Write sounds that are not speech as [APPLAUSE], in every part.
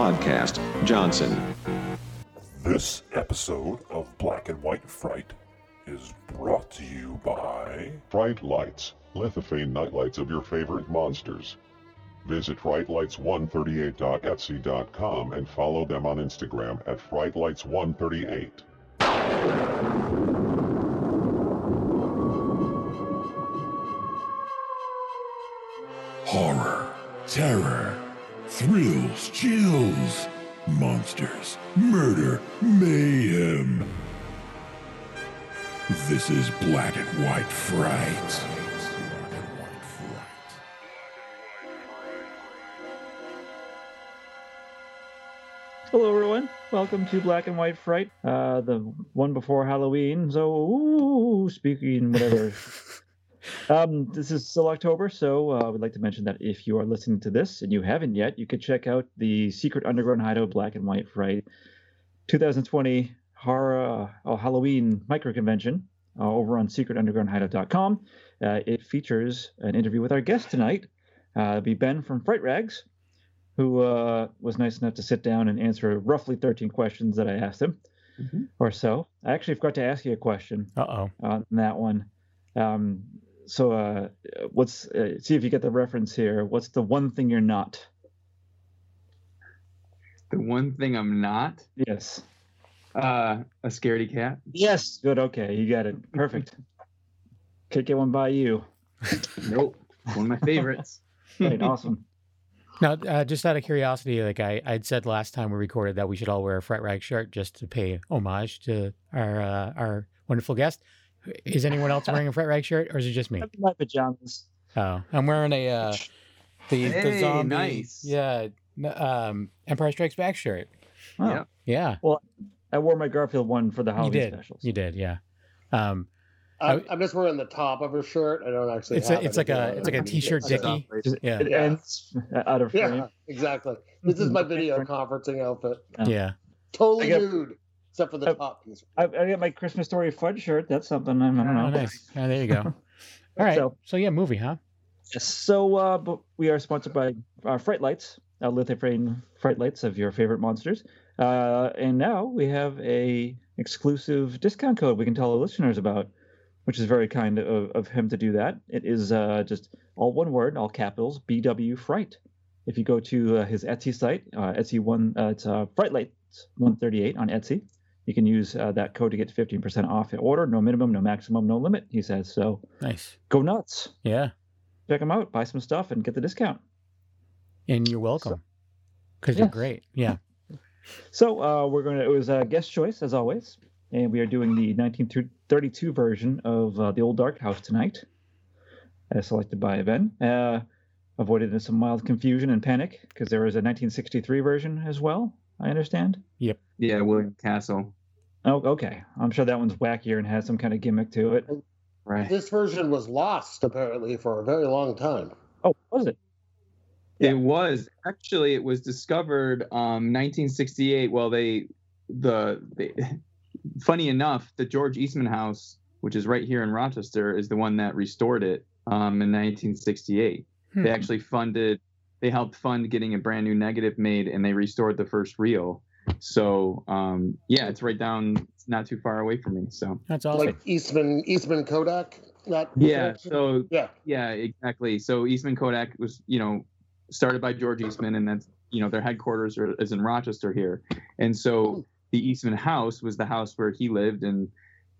podcast, Johnson. This episode of Black and White Fright is brought to you by. Fright Lights, lithophane nightlights of your favorite monsters. Visit frightlights138.etsy.com and follow them on Instagram at frightlights138. Horror, terror, thrills, chills, monsters, murder, mayhem. This is Black and White Fright. Hello, everyone. Welcome to Black and White Fright, uh, the one before Halloween. So, ooh, speaking whatever. um, this is still October, so uh, I would like to mention that if you are listening to this and you haven't yet, you could check out the Secret Underground Hideout Black and White Fright 2020 horror uh, Halloween micro convention uh, over on secretundergroundhideout.com. Uh, it features an interview with our guest tonight. Uh, it'll be Ben from Fright Rags who uh, was nice enough to sit down and answer roughly 13 questions that I asked him Mm-hmm. or so. I actually forgot to ask you a question Uh oh. on that one. Um, so, uh, what's uh, see if you get the reference here. What's the one thing you're not? The one thing I'm not, Yes. uh, a scaredy cat. Yes. Good. Okay. You got it. [LAUGHS] Perfect. Could get one by you. Nope. One of my favorites. [LAUGHS] Right. Awesome. Now, uh, just out of curiosity, like I I'd said last time we recorded that we should all wear a fret rag shirt just to pay homage to our uh, our wonderful guest. Is anyone else wearing a fret rag shirt, or is it just me? That's My pajamas. [LAUGHS] Oh, I'm wearing a uh, the, the Hey, zombie, nice. yeah, n- um, Empire Strikes Back shirt. Oh, Yep. Yeah, I wore my Garfield one for the you Halloween did. specials. You did, yeah. Um, I'm, I'm just wearing the top of her shirt. I don't actually. it's have a, it's like anything a on it's like a underneath it. t-shirt I just- dickie. Just- Yeah, It Yeah. ends out of frame. Yeah, exactly. This is my video conferencing outfit. yeah. Totally I get- nude, except for I- the top piece. I, I got my Christmas story Fudge shirt. That's something. I don't know. Oh, nice. Oh, there you go. All right. So- so yeah, movie, huh? So, uh, but we are sponsored by uh, Fright Lights, uh, lithophane Fright Lights of your favorite monsters. Uh, and now we have a exclusive discount code we can tell our listeners about, which is very kind of, of him to do that. It is uh, just all one word, all capitals, BW Fright. If you go to uh, his Etsy site, uh, Etsy one, uh, it's uh, Fright Lights 138 on Etsy. You can use uh, that code to get 15% off your order. No minimum, no maximum, no limit. He says so. Nice. Go nuts Yeah. check them out, buy some stuff, and get the discount. And you're welcome. Because you're Yes. great. Yeah. So uh, we're gonna. It was a guest choice as always, and we are doing the 1932 version of uh, the Old Dark House tonight, as selected by Ben. Uh, avoided some mild confusion and panic because there was a 1963 version as well. I understand. yeah, William Castle. Oh, okay. I'm sure that one's wackier and has some kind of gimmick to it. Right. This version was lost apparently for a very long time. Oh, was it? It was actually it was discovered um 1968. Well, they the they, [LAUGHS] funny enough, the George Eastman House, which is right here in Rochester, is the one that restored it um in 1968. Hmm. They actually funded they helped fund getting a brand new negative made and they restored the first reel. So um yeah, it's right down it's not too far away from me. So That's awesome. Like Eastman Eastman Kodak. That yeah, connection? so yeah. Yeah, exactly. So Eastman Kodak was, you know, started by George Eastman, and that's, you know, their headquarters are, is in Rochester here. And so the Eastman house was the house where he lived, and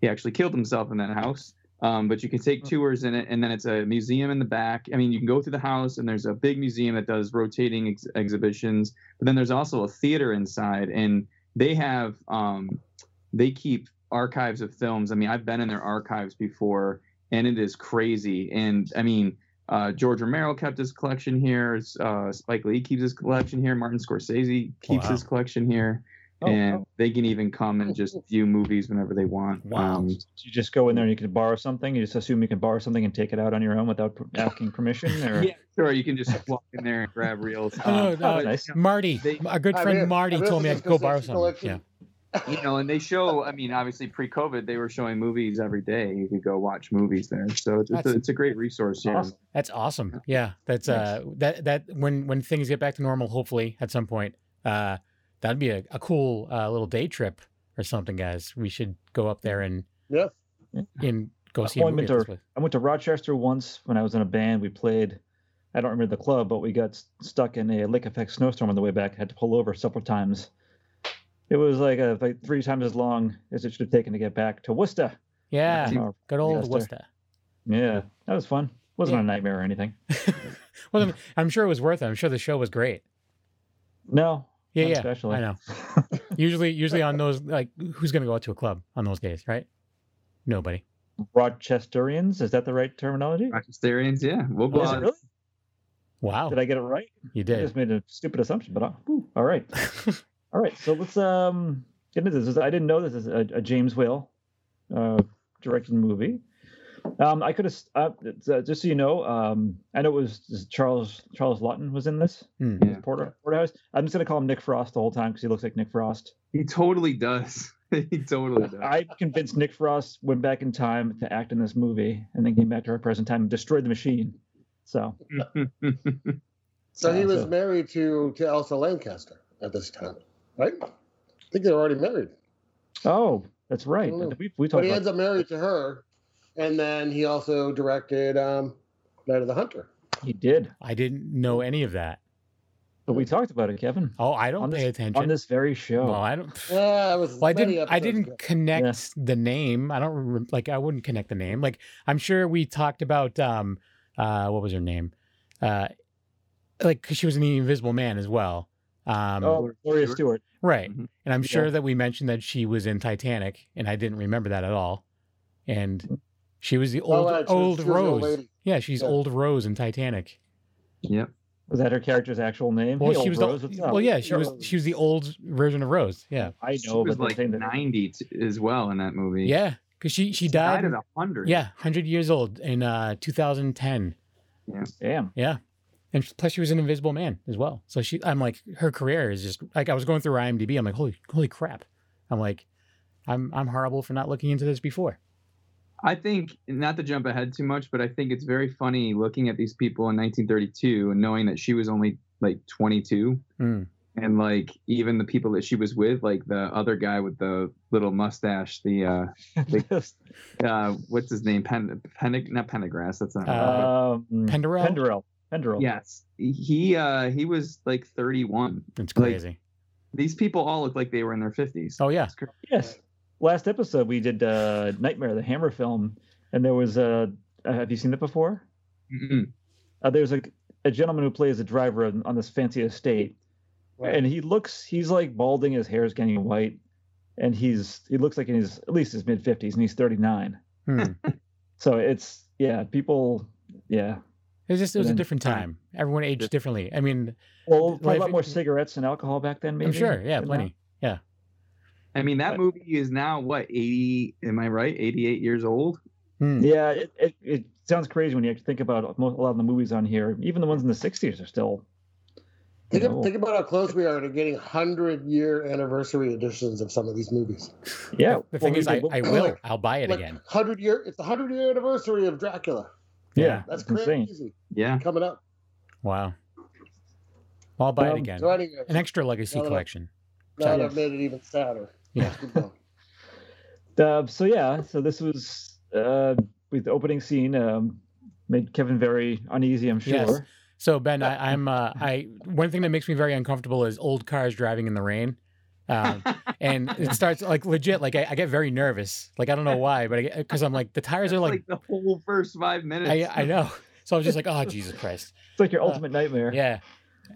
he actually killed himself in that house. Um, but you can take tours in it, and then it's a museum in the back. I mean, you can go through the house, and there's a big museum that does rotating ex- exhibitions. But then there's also a theater inside, and they have um, they keep archives of films. I mean, I've been in their archives before, and it is crazy. And I mean, uh, George Romero kept his collection here. s- Uh, Spike Lee keeps his collection here. Martin Scorsese keeps Wow. his collection here, Oh, and oh. they can even come and just view movies whenever they want. Wow. Um, you just go in there and you can borrow something. You just assume you can borrow something and take it out on your own without per- asking permission. Or yeah, sure. You can just walk in there and grab [LAUGHS] reels. Oh, no, Um, no, but, nice. Marty, They- our good I friend really- Marty I really told me I think could go it's a borrow sexy some. Yeah. collection. You know, and they show. I mean, obviously, pre-COVID, they were showing movies every day. You could go watch movies there. So it's, it's, a, That's- it's a great resource. Yeah. Awesome. That's awesome. Yeah. That's uh that that when when things get back to normal, hopefully at some point, uh, that'd be a, a cool uh, little day trip or something, guys. We should go up there and Yes. and go see a movie. Appointment at this place. I went to Rochester once when I was in a band. We played, I don't remember the club, but we got s- stuck in a lake effect snowstorm on the way back. Had to pull over several times. It was like, a, like three times as long as it should have taken to get back to Worcester. Yeah, Uh, good old Rochester. Worcester. [LAUGHS] yeah, that was fun. Wasn't Yeah. a nightmare or anything. well, I'm- I'm sure it was worth it. I'm sure the show was great. No. [LAUGHS] Yeah, not yeah, especially. I know. Usually, usually on those, like, who's gonna go out to a club on those days, right? Nobody. Rochesterians, is that the right terminology? Rochesterians, yeah. We'll Is it blog. really? Wow, Did I get it right? you I did. just made a stupid assumption, but uh, whew, all right, all right. So let's um get into this. I didn't know this is a, a James Whale uh, directed movie. Um, I could have uh, it's, uh, just so you know. Um, I know it was is Charles Charles Lawton was in this Hmm. Yeah. Porter Porterhouse. I'm just gonna call him Nick Frost the whole time because he looks like Nick Frost. He totally does. [LAUGHS] he totally does. I convinced Nick Frost went back in time to act in this movie, and then came back to our present time and destroyed the machine. So So he Uh, was so- married to to Elsa Lancaster at this time, right? I think they were already married. oh, that's right. Ooh. We, we talked But he about ends up married to her, and then he also directed um, Night of the Hunter. he did, I didn't know any of that. but we talked about it, Kevin. Oh, I don't On pay this- attention. on this very show. well, I don't. Yeah, it was. Well, I many didn't. I episodes didn't ago. connect the name. I don't rem- like. I wouldn't connect the name. Like, I'm sure we talked about um, uh, what was her name? Uh, like, 'cause she was in the Invisible Man as well. Um, oh, Gloria Stewart. right. Mhm. And I'm Yeah. sure that we mentioned that she was in Titanic, and I didn't remember that at all. And she was the old Oh, right, she was- old she was an old Rose. lady. yeah, she's Yeah. old Rose in Titanic. Was that her character's actual name? Well, Hey, she old was Rose, the, what's up? well, yeah, she was Rose. she was the old version of Rose. Yeah, I she know, was but like the thing that 90 t- as well in that movie. yeah, because she she She died. died at in- 100. yeah, hundred years old in uh, 2010. [LAUGHS] damn. And she- plus, she was an Invisible Man as well. So she, I'm like, her career is just like I was going through IMDb. I'm like, holy, holy crap! I'm like, I'm I'm horrible for not looking into this before. I think not to jump ahead too much, but I think it's very funny looking at these people in 1932 and knowing that she was only like 22, Hmm. Mm. and like even the people that she was with, like the other guy with the little mustache, the [LAUGHS] uh, uh what's his name, Pen, Pen not Pendergrass, that's not. Uh, um, Penderel? Penderel. Penderel. yes, he uh he was like 31. It's Like- crazy. These people all look like they were in their 50s. oh yeah, Yes. Last episode we did uh, Nightmare, the Hammer film, and there was a. Uh, have you seen it before? Mm-mm. Uh, there's a a gentleman who plays a driver on, on this fancy estate, Right. and he looks. He's like balding. His hair's getting white, and he's he looks like in his at least his mid fifties, and he's thirty nine. Hmm. So it's yeah, people. Yeah, it was just it was a Then- different time. Everyone aged differently. I mean, Well, probably Life a lot in- more cigarettes and alcohol back then, maybe. I'm sure. Yeah, than plenty. I mean, that But- movie is now what 80? Am I right? 88 years old. Hmm. now. Yeah, it, it, it sounds crazy when you actually think about mo- a lot of the movies on here. Even the ones in the 60s are still. you Think, know, think about how close we are to getting hundred year anniversary editions of some of these movies. yeah. The well, thing we is, I, did- I will. I'll buy it Like again. hundred year. It's the hundred year anniversary of Dracula. Yeah. That's That's insane. crazy Yeah. coming up. Wow. Well, I'll buy Um, it again. So anyway, An extra legacy Now that I- collection. now Yes. that made it even sadder. Yeah. Let's [LAUGHS] keep going. Uh, so, yeah, so this was uh, with the opening scene. Um, Made Kevin very uneasy, I'm sure. Yes. So Ben, I, I'm uh, I one thing that makes me very uncomfortable is old cars driving in the rain, um, and it starts like legit. Like I, I get very nervous. Like I don't know why, but because I'm like the tires That's are like, like the whole first five minutes. I, I know. [LAUGHS] So I was just like, oh Jesus Christ, It's like your Uh, ultimate nightmare. yeah.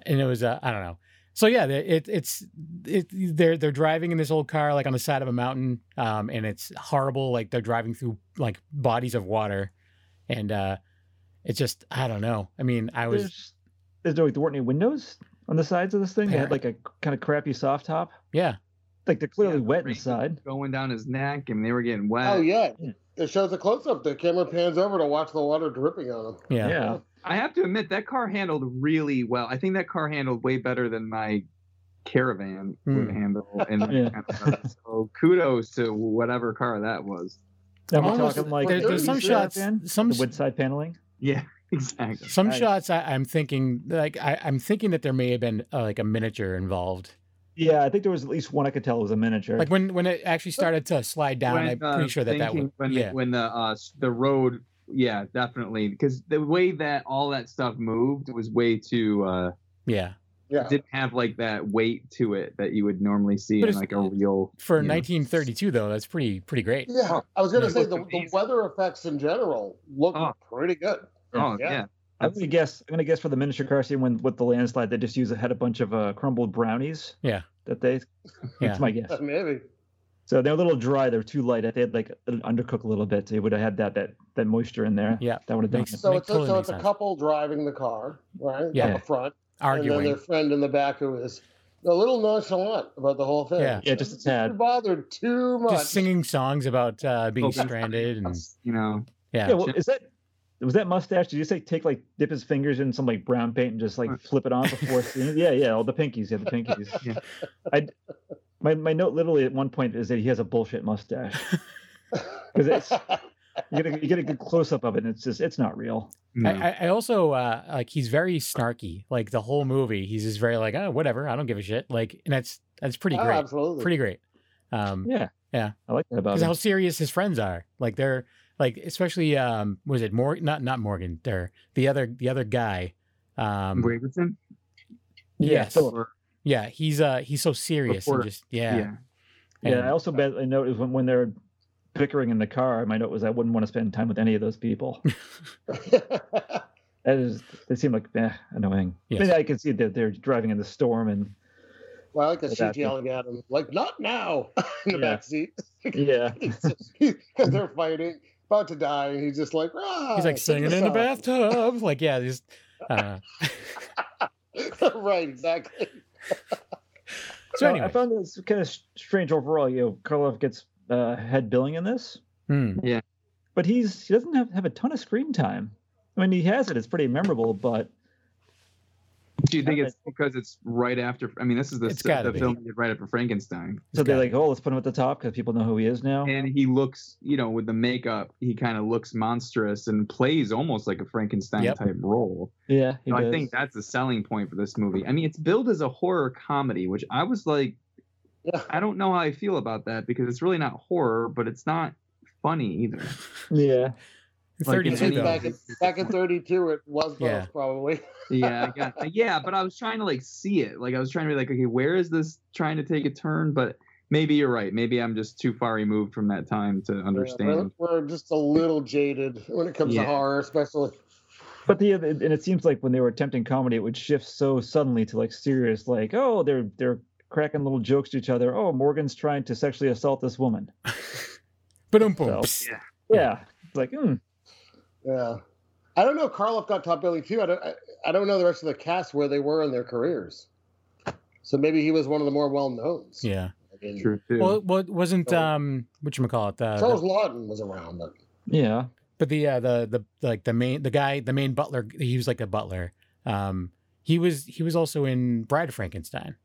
And it was uh, I don't know. So yeah, the- it, it's it they're they're driving in this old car like on the side of a mountain, um, and it's horrible. Like they're driving through like bodies of water, and uh, it's just I don't know. I mean, I was There's, there's like, there weren't any windows on the sides of this thing. They had Apparent- like a kind of crappy soft top. yeah. Like they're clearly the wet rain was inside. Going down his neck, and they were getting Uh, wet. Oh yeah, it shows a close up. The camera pans over to watch the water dripping on him. Yeah. yeah. I have to admit that car handled really well. I think that car handled way better than my caravan would Hmm. handle. [LAUGHS] And that Yeah. kind of stuff. so kudos to whatever car that was. [LAUGHS] And we're Almost- talking like there- Dude, there's some you see shots, Caravan, some the wood side paneling. Yeah, exactly. some Nice. shots. I, I'm thinking like I, I'm thinking that there may have been uh, like a miniature involved Yeah, I think there was at least one I could tell was a miniature. Like when when it actually started to slide down, When, I'm uh, pretty sure that that thinking would. when yeah. the, when the uh s- the road yeah definitely because the way that all that stuff moved was way too uh yeah. Yeah. didn't have like that weight to it that you would normally see But in it's- like a real For Yeah. 1932 though, that's pretty pretty great. Yeah. I was Yeah. gonna say Looked the, the amazing. weather effects in general look Ah. Oh. pretty good. oh Yeah. yeah, I'm gonna guess. I'm gonna guess for the miniature car scene when with the landslide, they just use had a bunch of uh, crumbled brownies. Yeah. That they. Yeah. That's my guess. Maybe. So they're a little dry. They're too light. If they had like an undercook a little bit, they would have had that that that moisture in there. Yeah. That would have done. Makes it. So Make- it's a, totally so makes it's a sense. couple driving the car, right? Yeah. Up front, and then Arguing. their friend in the back who is a little nonchalant about the whole thing. Yeah. Yeah, just a Not tad. bothered too much. Just [LAUGHS] singing songs about uh, being Oh, that's- stranded and you know yeah. Yeah. Well, is that was that mustache? Did you say take like dip his fingers in some like brown paint and just like flip it on before? seeing- yeah. Yeah. All the pinkies. Yeah. The pinkies. Yeah. I. My my note literally at one point is that he has a bullshit mustache. Because it's you get a, you get a good close up of it, and it's just it's not real. no. I, I- I also uh, like he's very snarky. Like the whole movie, he's just very like, oh, whatever, I don't give a shit. Like, and that's that's pretty Oh, great, absolutely. pretty great. Um, Yeah. Yeah. I like that about because him. how serious his friends are. Like they're like, especially um, was it Morgan? Not not Morgan. They're the other the other guy. Um, Waverton? yes, Philip. Or- yeah, he's uh he's so serious and Reporter. just yeah. yeah, Yeah, And- I also bet I noticed when, when they're bickering in the car, my note was I wouldn't want to spend time with any of those [LAUGHS] people. [LAUGHS] that is, they seem like eh, annoying. I Yes. mean, I can see that they're driving in the storm, and well, I like the Exactly. sheet yelling at him, like, not now, [LAUGHS] Yeah. in the back seat. [LAUGHS] yeah, Because they're fighting, about to die, and he's just like, ah, He's like sing singing in the song." bathtub. Like, yeah, just uh, [LAUGHS] right, exactly. so Uh, anyway. I found this kind of strange overall. You know, Karloff gets uh, head billing in this, Hmm. but he's he doesn't have, have a ton of screen time. I mean, he has it; it's pretty memorable, but do you think it's because it's right after i mean this is the, It's the gotta be. film they did right after frankenstein so they're got like, oh, let's put him at the top because people know who he is Oh. now. and he looks you know with the makeup he kind of looks monstrous and plays almost like a frankenstein Yep. type role yeah, he So I does. think that's the selling point for this movie. I mean, it's billed as a horror comedy, which I was like, Yeah. I don't know how I feel about that because it's really not horror, but it's not funny either. yeah, Like in 32 any- though. back, in, back in 32, it was both, Yeah. probably. Yeah, I got, yeah, but I was trying to like see it. Like I was trying to be like, okay, where is this trying to take a turn? But maybe you're right. Maybe I'm just too far removed from that time to [LAUGHS] understand. Yeah, we're, we're just a little jaded when it comes Yeah. to horror, especially. But the other- and it seems like when they were attempting comedy, it would shift so suddenly to like serious, like oh they're they're cracking little jokes to each other. Oh, Morgan's trying to sexually assault this woman. Ba-dum-bum. So- Psst. Yeah, it's like hmm, Yeah. I don't know. Karloff got top billing too. I don't. I, I don't know the rest of the cast where they were in their careers. So maybe he was one of the more well knowns. Yeah. I mean, True too. Well, well, it wasn't So- um, what you call it? The, Charles Lawton was around, but yeah, but the uh, the the the, like the main the guy the main butler he was like a butler. Um, he was he was also in Bride of Frankenstein.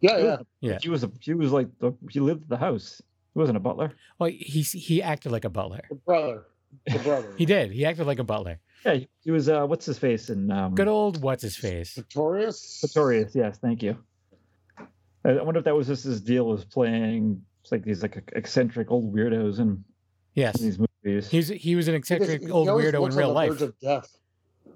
yeah, yeah. Yeah. She was a, she was like the, he lived at the house. He wasn't a butler. Well, he he acted like a butler. The brother. The brother. He did. He acted like a butler. Yeah, he- he was. Uh, what's his face in um, Mm. Good old what's his face? Pretorius. Pretorius? Yes, thank you. I I wonder if that was just his deal was playing it's like these like eccentric old weirdos in Yes, these movies. he's he was an Because eccentric Mm. he old always weirdo looks in on real the life, verge of death.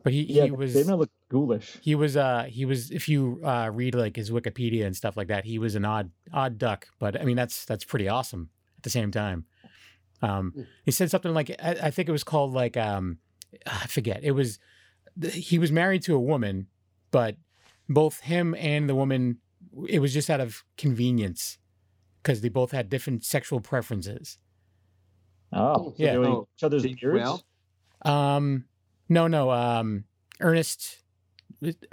but he yeah, he they- was they look ghoulish. he was uh he was if you uh read like his wikipedia and stuff like that he was an odd odd duck but i mean that's that's pretty awesome at the same time um Mm. he said something like i, I think it was called like um i forget it was th- he was married to a woman but both him and the woman it was just out of convenience because they both had different sexual preferences Oh, so Yeah. they were Oh, each other's Jake beards. Whale? um no no um ernest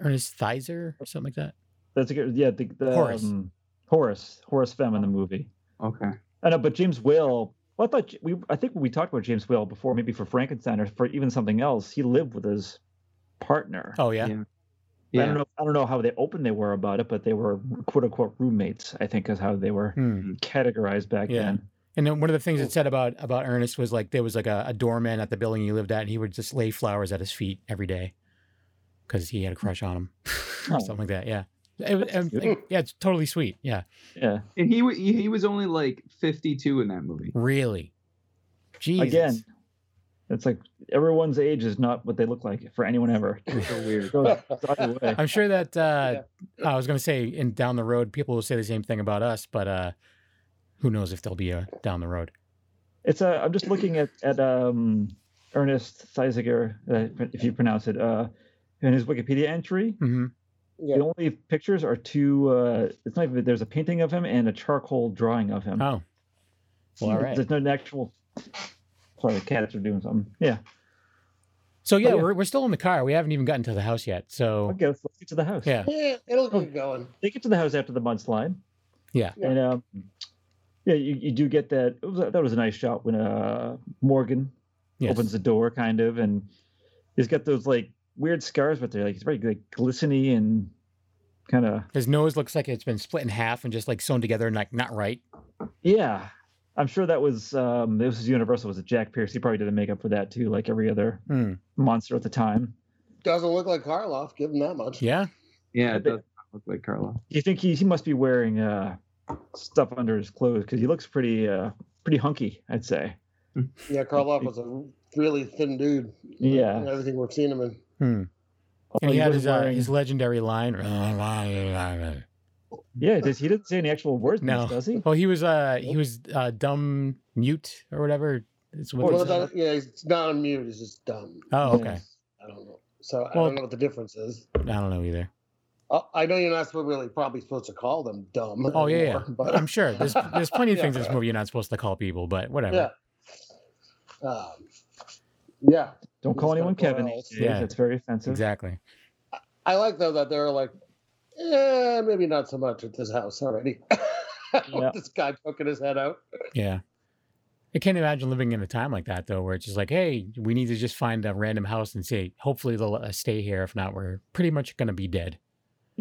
ernest Thizer or something like that That's a good, yeah. The, the Horace. um, Horace, Horace Femme in the movie. Okay. I know, but James Whale. Well, I thought J- we, I think we talked about James Whale before, maybe for Frankenstein or for even something else. He lived with his partner. oh yeah I Yeah. don't Yeah. know. I don't know how they open they were about it, but they were quote unquote roommates. I think is how they were Hmm. categorized back Yeah. then. And then one of the things it said about about Ernest was like there was like a, a doorman at the building he lived at, and he would just lay flowers at his feet every day because he had a crush on him, Oh. or something like that. Yeah, It was- and, like, yeah, it's totally sweet. Yeah, Yeah. And he wa- he he was only like 52 in that movie. really. Jesus. Again, it's like everyone's age is not what they look like for anyone [LAUGHS] ever. It's so [LAUGHS] weird. Goes either way. I'm sure that uh, I was going to say, in down the road, people will say the same thing about us, but uh, who knows if they'll be uh, down the road. It's uh, I'm just looking at at um, Ernest Seisiger, uh, if you pronounce it, uh, in his Wikipedia entry. hmm Yeah. The only pictures are two. Uh, it's not even. There's a painting of him and a charcoal drawing of him. Oh, well, all right. There's no actual. Sorry, the cats are doing something. Yeah. So yeah, Oh, yeah. We're, we're still in the car. We haven't even gotten to the house yet. So Okay, let's, let's get to the house. yeah, Yeah, it'll keep going. They get to the house after the mudslide. Yeah. And um, yeah, you, you do get that. It was, a- that was a nice shot when uh Morgan yes. opens the door kind of and he's got those like weird scars but they're like it's very like glisteny and kind of His nose looks like it's been split in half and just like sewn together and like not right. yeah i'm sure that was um this was universal was it jack pierce he probably did the makeup for that too like every other Hmm. monster at the time Doesn't look like Karloff. Give him that much. Yeah. Yeah, it does not look like Carlo. you think he, he must be wearing uh stuff under his clothes because he looks pretty uh pretty hunky i'd say Yeah, Karloff was a really thin dude. Yeah. in Everything we've seen him in. Hmm. And Although he had wasn't his, uh, his legendary line. uh, Well, yeah does, he didn't say any actual words in this, No. does [LAUGHS] he he was uh he was uh dumb mute or whatever. It's what Well, it's- that, yeah, he's not on mute. He's just dumb. oh, okay. I don't know. So I Well- don't know what the difference is. I don't know either. I- I know you're not supposed really probably supposed to call them dumb. Oh, yeah, yeah. But I'm sure there's there's plenty of Yeah. things in this movie you're not supposed to call people, but whatever. yeah. [LAUGHS] Um, yeah, don't call He's anyone got a kevin brown these eyes. days. Yeah. that's very offensive Exactly. I like though that they're like, eh, maybe not so much at this house already. [LAUGHS] Yeah. this guy poking his head out. Yeah. I can't imagine living in a time like that though, where it's just like, hey, we need to just find a random house and say, hopefully they'll let us stay here. If not, we're pretty much gonna be dead.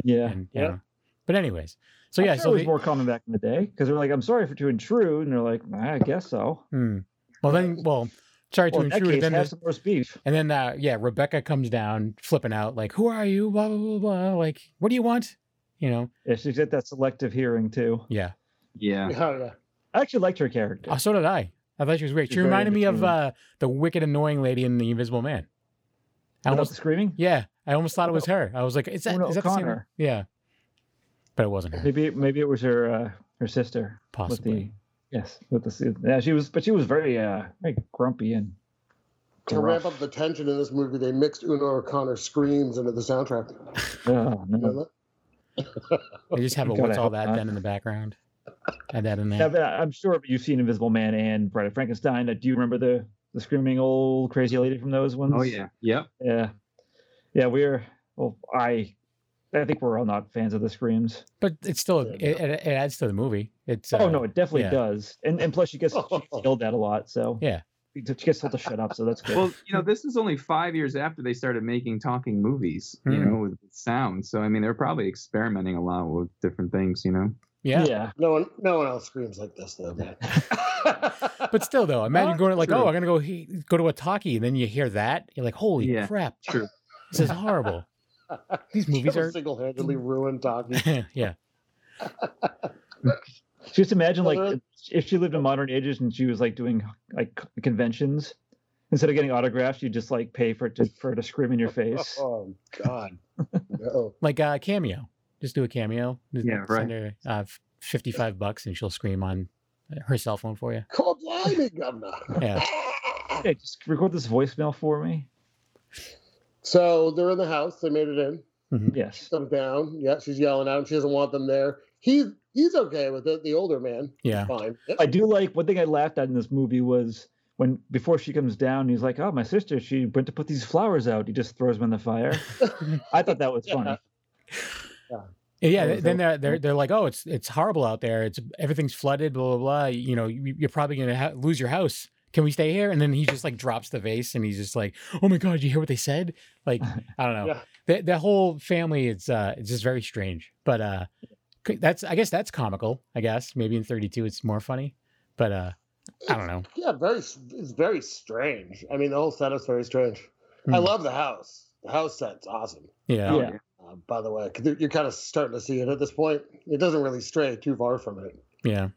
yeah And, you Yeah. know. But anyways, so yeah, I'm sure so it was they- more common back in the day because they're like, "I'm sorry for to intrude," and they're like, "Ah, "I guess so." Hmm. Well, then, well, sorry Well, to in that intrude. case, then have there's- some roast beef. and then, uh, yeah, Rebecca comes down, flipping out, like, "Who are you? Blah blah blah blah. Like, what do you want? You know? Yeah, she's got that selective hearing too. Yeah. Yeah. Oh yeah. I actually liked her character. Oh, so did I. I thought she was great. She's She very reminded me of entertaining. uh, the wicked, annoying lady in The Invisible Man. Without I almost, the screaming. yeah, I almost thought it was her. I was like, "Is that, Una is that the same?" O'Connor. Yeah, but it wasn't her. Maybe maybe it was her uh, her sister with Possibly. the yes with the suit. Yeah, she was, but she was very uh very grumpy and To ramp gruff. up the tension in this movie, they mixed Una O'Connor's screams into the soundtrack. Mm-hmm. Oh, You know no. that? They just have a God, I what's all hope that not. then in the background. Add that in there. Yeah, but I- I'm sure you've seen Invisible Man and Bride of Frankenstein. Uh, Do you remember the the screaming old crazy lady from those ones? Oh yeah. Yep. Yeah. Yeah, we're well I I think we're all not fans of the screams. but it's still it, Yeah, it, it adds to the movie. It's uh, oh no, it definitely yeah. does. And and plus she gets she gets yelled at a lot, so Yeah. She gets- she gets told to shut up, so that's good. Well, you know, this is only five years after they started making talking movies, you Hmm. know, with sound. So I mean, they're probably experimenting a lot with different things, you know. yeah. No one, no one else screams like this though. man. [LAUGHS] [LAUGHS] But still, though, imagine Well, going like, oh, true. I'm gonna go he- go to a talkie, and then you hear that, you're like, holy Yeah, crap, true. this is [LAUGHS] horrible. These movies are, [LAUGHS] single-handedly ruined talking. yeah, Just imagine Well, like there- if she lived in modern ages and she was like doing like conventions, instead of getting autographs, you just like pay for it to for it to scream in your [LAUGHS] face. Oh God, no. like uh, cameo. Just do a cameo. Just Yeah, send her, uh, f- Fifty-five bucks, and she'll scream on uh, her cell phone for you. Call blinding, governor. Yeah. Hey, just record this voicemail for me. [LAUGHS] So they're in the house. They made it in. Yes. Comes down. Yeah, she's yelling out. She doesn't want them there. He's he's okay with it. The older man. Yeah. Fine. I do like one thing I laughed at in this movie was when before she comes down, he's like, "Oh, my sister, she went to put these flowers out." He just throws them in the fire. I thought that was funny. And Yeah, Oh, th- is then that- they're, they're they're like, oh, it's it's horrible out there. It's everything's flooded. Blah blah blah. You know, you, you're probably gonna ha- lose your house. Can we stay here? And then he just like drops the vase, and he's just like, oh my god, you hear what they said? [LAUGHS] Like, I don't know. Yeah. That that whole family, it's uh, it's just very strange. But uh, c- that's I guess that's comical. I guess maybe in 32 it's more funny. But uh, I don't know. Yeah, very. s- It's very strange. I mean, the whole setup's very strange. I Hmm. love the house. The house set's awesome. Yeah. Yeah. Um, job, by the way, because you're kind of starting to see it at this point. It doesn't really stray too far from it. Yeah.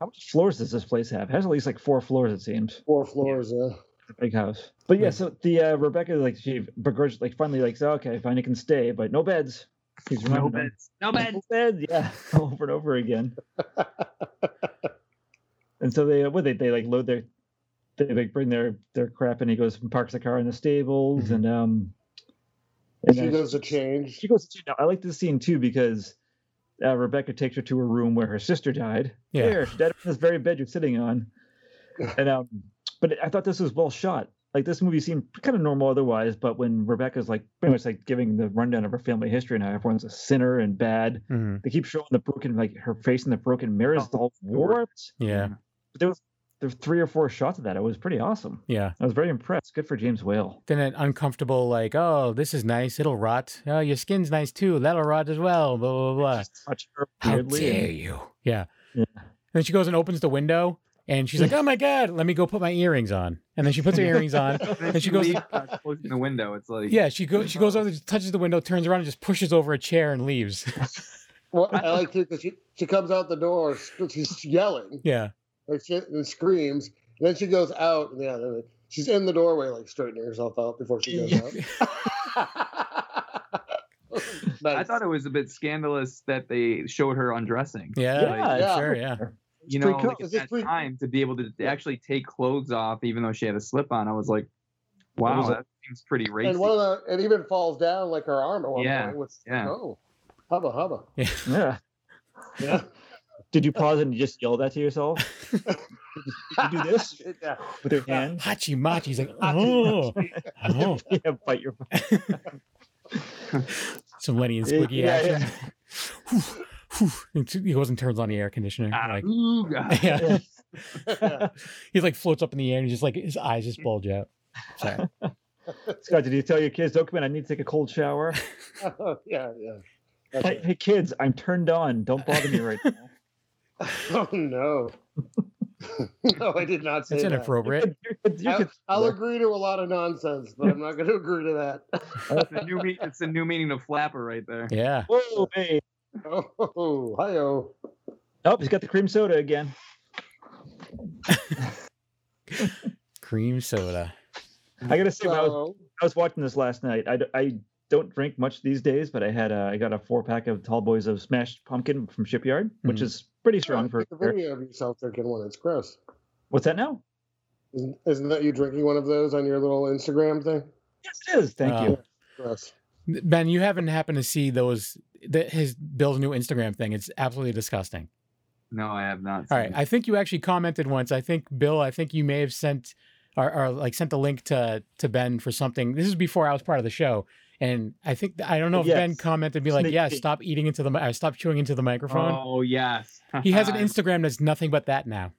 How many floors does this place have? It has at least like four floors, it seems. Four floors, uh, yeah. The big house. But yeah, Yeah. so the uh, Rebecca like she begrudged like finally like said, okay, fine, I can stay, but no beds. He's no beds. No [LAUGHS] bad. No beds. Yeah, [LAUGHS] over and over again. and so they uh, what they they like load their they like bring their their crap and he goes and parks the car in the stables Mhm. and um And then she goes to change. she goes to now, I like this scene too because uh, Rebecca takes her to her room where her sister died. Yeah. There, she died in this very bed you're sitting [LAUGHS] on. And um, but I thought this was well shot. Like this movie seemed kind of normal otherwise, but when Rebecca's like pretty much like giving the rundown of her family history and how everyone's a sinner and bad, hmm they keep showing the broken like her face in the broken mirrors, it's all warped. Yeah. But there was there were three or four shots of that. It was pretty awesome. Yeah. I was very impressed. Good for James Whale. Then that uncomfortable, like, oh, this is nice. It'll rot. Oh, your skin's nice too. That'll rot as well. Blah, blah, blah. Just touch her How weirdly and- dare you? Yeah. Yeah. And then she goes and opens the window and she's like, oh my God, let me go put my earrings on. And then she [LAUGHS] puts her earrings on. And she goes- leaves, uh, closing the window. It's like Yeah, she goes she goes over, touches the window, turns around, and just pushes over a chair and leaves. [LAUGHS] Well, I like too because she, she comes out the door, sc- she's yelling yeah. like she, and screams. And then she goes out, and yeah, then she's in the doorway, like straightening herself out [LAUGHS] before she goes [LAUGHS] out. nice. I thought it was a bit scandalous that they showed her undressing. Yeah. Yeah, yeah. Sure. Yeah. You It's know, pretty like cool. at It's just that pretty- time to be able to actually take clothes off, even though she had a slip on, I was like, wow, was a- that seems pretty racist. and one of the it even falls down like her arm at one Yeah, point. Which, yeah. Oh, hubba hubba. Yeah. Yeah. Did you pause and you just yell that to yourself? Did you do this yeah. with your [LAUGHS] hand? Hachi Machi's like, oh, oh. Yeah, bite your. some Lenny and Squiggy Yeah, action. [LAUGHS] Whew, whew. And he goes and turns on the air conditioner. Ah, [LAUGHS] like, [LAUGHS] ooh, God. yeah. Oh. [LAUGHS] Yeah. he like floats up in the air and just like his eyes just bulge out. Sorry. Scott, did you tell your kids, "Oh, come in, I need to take a cold shower"? [LAUGHS] Oh, yeah, yeah. That's Hey, hey, kids, I'm turned on. Don't bother me right now. it. [LAUGHS] Oh no. [LAUGHS] no, I did not say That's that. inappropriate. [LAUGHS] Your kids- your I, kids- I'll agree to a lot of nonsense, but I'm not going to [LAUGHS] agree to It's a new me- it's a new meaning of flapper right there. Yeah. Whoa, hey! that. [LAUGHS] Oh, hi-oh. Oh, he's got the cream soda again. Cream soda. I gotta say, when I, was, So, I was watching this last night. I, d- I don't drink much these days, but I had a, I got a four pack of Tall Boys of Smashed Pumpkin from Shipyard, which Mhm. is pretty strong for. take Oh, a video of yourself drinking one. It's gross. What's that now? Isn't, isn't that you drinking one of those on your little Instagram thing? Yes, it is. Thank you. Oh. Gross. [LAUGHS] Ben, you haven't happened to see those the, his Bill's new Instagram thing. It's absolutely disgusting. No, I have not. All seen right. it. I think you actually commented once. I think Bill, I think you may have sent or, or like sent the link to to Ben for something. This is before I was part of the show. And I think I don't know if Ben Yes. commented be like, Sneak yeah, peek. stop eating into the mi- or stop chewing into the microphone. Oh yes, [LAUGHS] He has an I Instagram that's nothing but that now.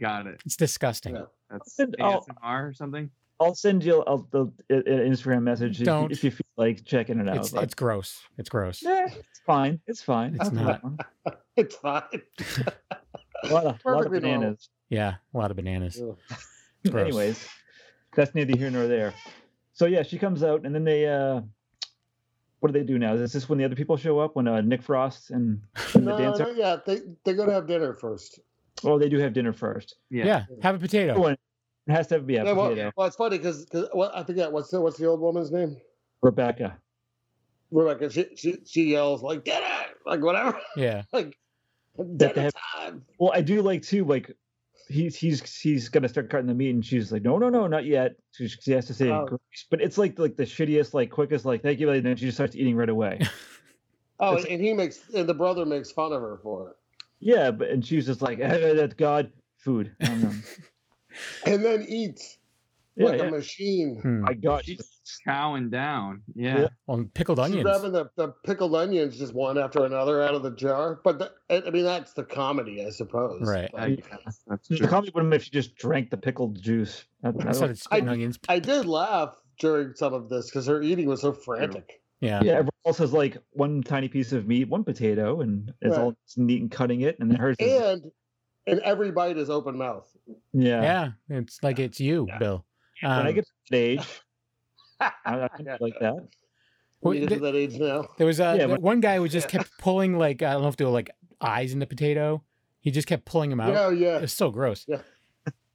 Got it. It's disgusting. Yeah. [LAUGHS] That's Send- I'll- ASMR or something. I'll send you a, the an Instagram message if, you Don't. if you feel like checking it out. It's Like, it's gross. It's gross. "Eh, it's fine. It's fine. It's I'll do that one." It's fine. A lot of, a lot of Perfectly normal. bananas. Yeah, a lot of bananas. Ugh. Gross. Anyways, that's neither here nor there. So yeah, she comes out, and then they. uh What do they do now? Is this when the other people show up? When uh, Nick Frost and, and the No, dancer? no, yeah, they, they're going to have dinner first. Oh, they do have dinner first. Yeah. have a potato. Everyone it has to be a Yeah, well, potato. well, it's funny because well, I forget what's the, what's the old woman's name. Rebecca. Rebecca. She she, she yells like dinner, like whatever, Yeah, like That they dinner have- time. Well, I do like too. Like he's he's he's gonna start cutting the meat, and she's like, no, no, no, not yet. She, she has to say Oh. grace, but it's like like the shittiest, like quickest, like thank you, and then she just starts eating right away. Oh, It's- and, he makes and the brother makes fun of her for it, yeah, but and she's just like, "Eh, that's God food. Um, [LAUGHS] and then eats yeah, like yeah. a machine. Hmm. my God, She's cowing down. Yeah. Yeah. well, pickled She's onions. grabbing the, the pickled onions just one after another out of the jar. But the, I I mean, that's the comedy, I suppose. Right. But I guess that's the true. comedy would have been if she just drank the pickled juice. That- that Instead would- of spitting I- onions. I did laugh during some of this because her eating was so frantic. Yeah. yeah, everyone else has like one tiny piece of meat, one potato, and it's Right. all neat and cutting it, and then hers. Is, And and every bite is open mouth. [LAUGHS] yeah. yeah, It's like it's you, Bill. When I [LAUGHS] Um, get to that age, I, I can be like that. Well, you get th- to that age now. There was uh, Yeah, th- but- one guy who just kept pulling like I don't know if they were like eyes in the potato. He just kept pulling them out. Yeah, It yeah. was so gross. Yeah.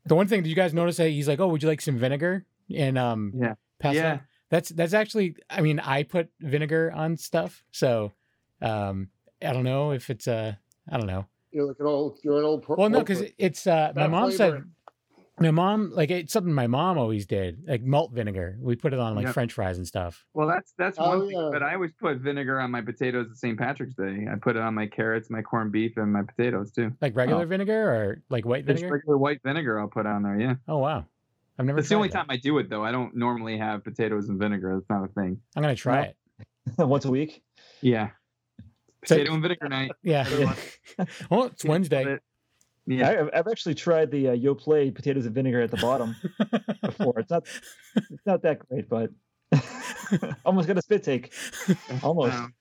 The one thing did you guys notice that he's like, "Oh, would you like some vinegar?" And um, Yeah. pass it yeah. on? That's that's actually. I mean, I put vinegar on stuff, so um, I don't know if it's uh, I don't know. You're like an old. You're an old. per- Well, no, old because per- it's uh, my That mom flavor. said my mom like it's something my mom always did, like malt vinegar. We put it on like Yep. French fries and stuff. Well, that's that's Oh, one thing. yeah. But I always put vinegar on my potatoes at St. Patrick's Day. I put it on my carrots, my corned beef, and my potatoes too. Like regular Oh. vinegar or like white Just vinegar. regular white vinegar I'll put on there. Yeah, Oh wow, I've never. that's the only tried that. time I do it though. I don't normally have potatoes and vinegar. That's not a thing. I'm gonna try No. it. [LAUGHS] once a week. Yeah, So- potato and [LAUGHS] vinegar night. Yeah. well, [LAUGHS] it's Yeah, Wednesday. but- Yeah, I, I've- I've actually tried the uh, Yo Play potatoes and vinegar at the bottom before. It's not it's not that great, but [LAUGHS] almost got a spit [LAUGHS] take. Almost. um,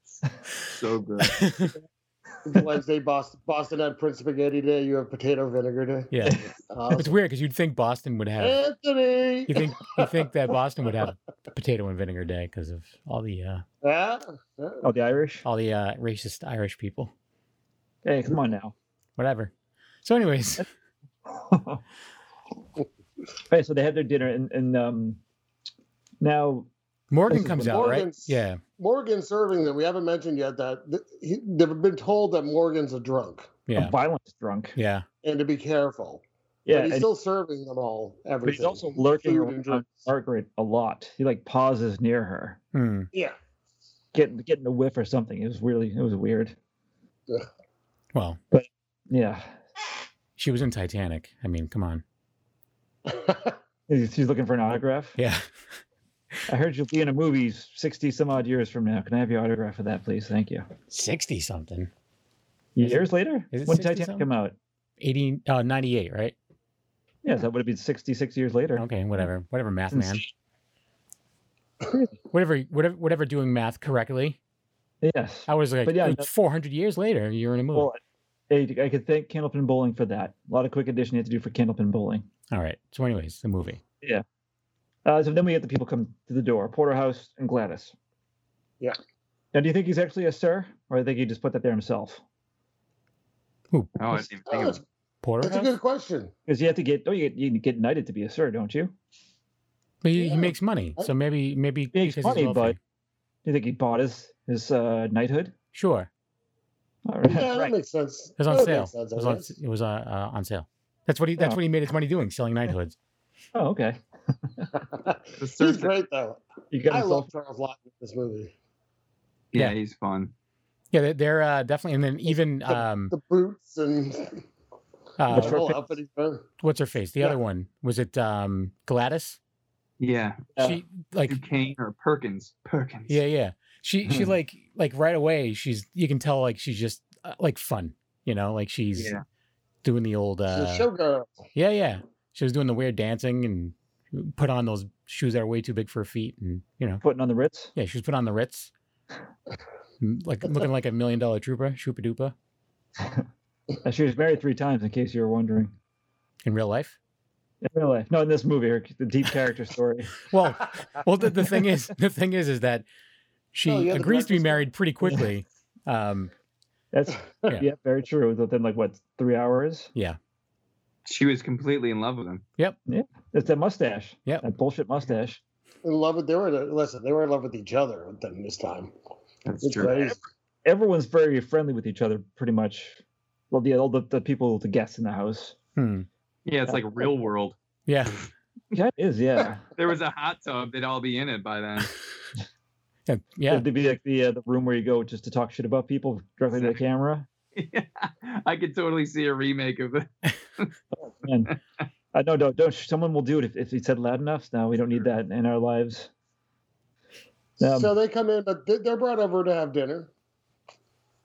so good. It's Wednesday, Boston, Boston had Prince Spaghetti Day. You have potato vinegar day. [LAUGHS] yeah. Awesome. It's weird because you'd think Boston would have. Uh-huh. Anthony. You think you think that Boston would have potato and vinegar day because of all the uh, Yeah. yeah. Oh, the Irish. all the uh, racist Irish people. Hey, come on now. [LAUGHS] Whatever. So, anyways, right, so they had their dinner, and, and um, now Morgan This is comes when out, right? Morgan's- Yeah. Morgan serving that we haven't mentioned yet that th- he, they've been told that Morgan's a drunk Yeah. a violent drunk. Yeah. and to be careful. Yeah, but he's and- still serving them all everything. but he's also lurking food and around drinks. Margaret a lot. He like pauses near her, Hmm. yeah. [LAUGHS] getting getting a whiff or something. It was really it was weird. Well, Yeah, she was in Titanic. I mean, come on. he's, he's looking for an autograph. Yeah. [LAUGHS] I heard you'll be in a movie sixty some odd years from now. Can I have your autograph for that, please? Thank you. 60 something. Is it- Years later, is it when 60 Titanic something? come out? 80, uh, 98, right? Yes, that would have been sixty six years later. Okay. Whatever. Whatever math Since- Oh, man. Whatever, whatever, whatever doing math correctly. Yes. I was like, But yeah, "Dude, no- 400 years later, you're in a movie. Well, I, I could thank Candlepin Bowling for that. A lot of quick addition you have to do for Candlepin Bowling. All right. So, anyways, the movie. Uh, so then we get the people come to the door Porterhouse and Gladys. Yeah. Now, do you think he's actually a sir, or do you think he just put that there himself? Who? Oh, I didn't even think Oh, of [LAUGHS] that's, it. Porter? that's a [LAUGHS] good question. Because you have to get, oh, you get, you get knighted to be a sir, don't you? Do But he, he Yeah. makes money, so maybe maybe makes because money, he's wealthy. but- you think he bought his his uh, knighthood? Sure, [LAUGHS] All Yeah, right. that right. makes sense. it was on That sale. Oh, makes sense, it I was on, guess. [LAUGHS] it was uh, uh, on sale. That's what he. That's Oh. what he made his money doing, selling knighthoods. Oh, okay. The he's surface- great though. You got I himself. love Charles Lawton in this movie. yeah, Yeah. he's fun. Yeah, they're, they're uh, definitely. And then even um, The boots and uh, the short whole pants. outfit he's wearing. what's her face? The Yeah. other one was it um, Gladys? Yeah, Yeah. She like Duquesne or Perkins. Perkins. yeah yeah. She she Hmm. Mhm. like like right away. She's you can tell like she's just uh, like fun. You know, like she's Yeah. doing the old She's uh, a showgirl. Yeah, yeah. She was doing the weird dancing and put on those shoes that are way too big for her feet, and you know, Putting on the Ritz. yeah, she was put on the Ritz, M- like looking like a million dollar trooper, shoopa dupa Uh, She was married three times, in case you were wondering. in real life. In real life. No, in this movie, her, the deep character story. [LAUGHS] Well, well, the, the thing is, the thing is, is that she Oh, yeah, the agrees to be breakfast- married pretty quickly. [LAUGHS] Um, [LAUGHS] That's, Yeah. yeah, very true. Within like, what, three hours? She was completely in love with him. It's that mustache. Yep. That bullshit mustache. In love with they were listen, they were in love with each other then this time. That's It's true. crazy. Everyone's very friendly with each other, pretty much. Well, yeah, all the, the people, the guests in the house. hmm, Yeah, it's like real world. yeah, Yeah, it is. Yeah. There was a hot tub. They'd all be in it by then. yeah, [LAUGHS] yeah. It'd be like the uh, the room where you go just to talk shit about people directly to the camera. [LAUGHS] I could totally see a remake of it. [LAUGHS] And uh, no, no, don't. Someone will do it if, if it's said loud enough. Now we don't need that in our lives. Um, so they come in, but they- they're brought over to have dinner.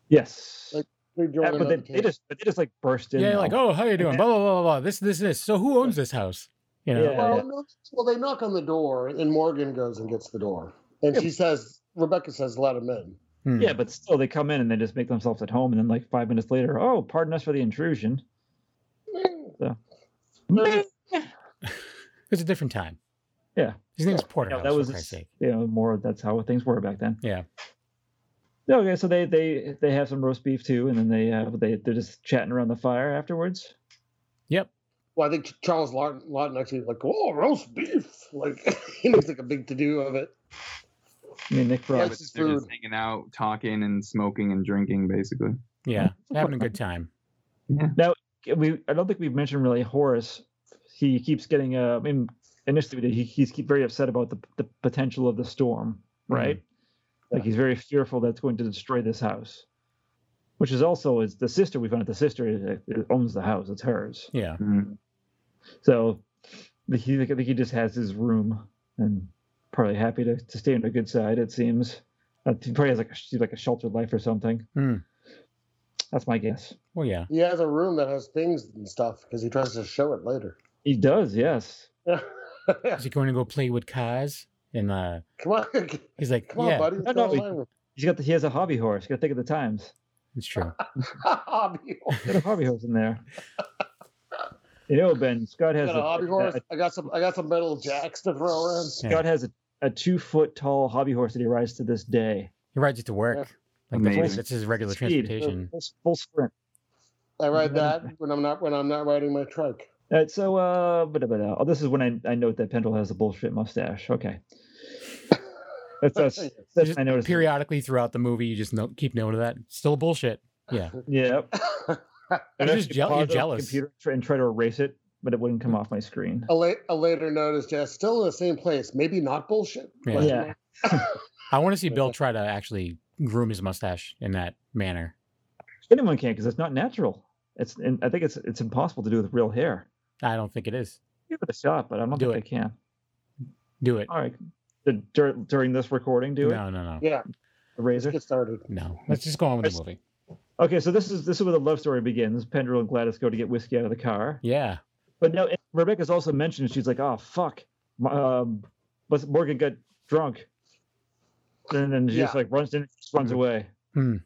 Yes. Like, They join Yeah, but another they, they table. just but they just like burst in. Yeah, now. like oh, how [LAUGHS] you doing? Blah blah blah blah. blah. This this this. So who owns this house? You know, Yeah. Well, no, well, they knock on the door, and Morgan goes and gets the door, and she says, "Rebecca says, let him in." Hmm. Yeah, but still they come in and they just make themselves at home, and then like five minutes later, oh, pardon us for the intrusion. Meh. So. Meh. It's a different time. Yeah. it's His name's Porterhouse. that was for Christ's sake. you know more. That's how things were back then. Yeah. Yeah, Okay, so they they they have some roast beef too, and then they uh, they they're just chatting around the fire afterwards. Well, I think Charles Lawton, Lawton actually was like, "Whoa, roast beef!" Like [LAUGHS] he makes like a big to do of it. I mean, Nick Yeah, Frost. but This is they're just food. hanging out, talking, and smoking and drinking, basically. Yeah. [LAUGHS] Having a good time. we I don't think we've mentioned really Horace. He keeps getting uh, I mean, initially we did, he, he's keep very upset about the the potential of the storm, right? Like he's very fearful that's going to destroy this house, which is also is the sister we found. out The sister is, uh, owns the house; it's hers. Yeah. Mhm. So the- he, I think he just has his room and probably happy to, to stay on the good side. It seems Uh, he probably has like a, sh- like a sheltered life or something. Hmm. That's my guess. Well, yeah. He has a room that has things and stuff because he tries to show it later. [LAUGHS] He does, yes. Is he going to go play with cars? And uh, come on, [LAUGHS] come he's like, on, yeah, buddy. No, It's no, all we- my room. He's got the, he has a hobby horse. Got to think of the times. it's true. [LAUGHS] hobby horse. Got a hobby horse in there. You know, Ben Scott has Got a hobby horse. I got some. I got some metal jacks to throw around. Scott has a, a two foot tall hobby horse that he rides to this day. He rides it to work. Like that's, Amazing. that's his regular Speed. transportation. Full, full sprint. [LAUGHS] I ride Yeah. that when I'm not when I'm not riding my trike. All right, so uh, but, but uh, oh, this is when I, I note that Pendle has a bullshit mustache. Okay, that's [LAUGHS] [LAUGHS] that's, Yes. that's Just I noticed. Periodically throughout the movie, you just no- keep note of that. Still bullshit. Yeah. Yeah, You're just actually jeal- you're paused the jealous. Computer try- and try to erase it, but it wouldn't come off my screen. a, la- a later note is just still in the same place. Maybe not bullshit. Yeah. Question Yeah. mark. I want to see Bill try to actually groom his mustache in that manner. Anyone can because it's not natural. It's and I think it's it's impossible to do with real hair. I don't think it is. Give it a shot, but I don't Do think I can. Do it. All right, The- dur- during this recording, do no, no, no, Yeah. it. The razor. Get started. no. Let's just go on with the movie. Okay, so this is this is where the love story begins. Pendrell and Gladys go to get whiskey out of the car. Yeah. [LAUGHS] But no, and Rebecca's also mentioned. She's like, "Oh fuck, my- um, what's Morgan got drunk," and then she just Yeah. like runs in, just runs away. Hmm.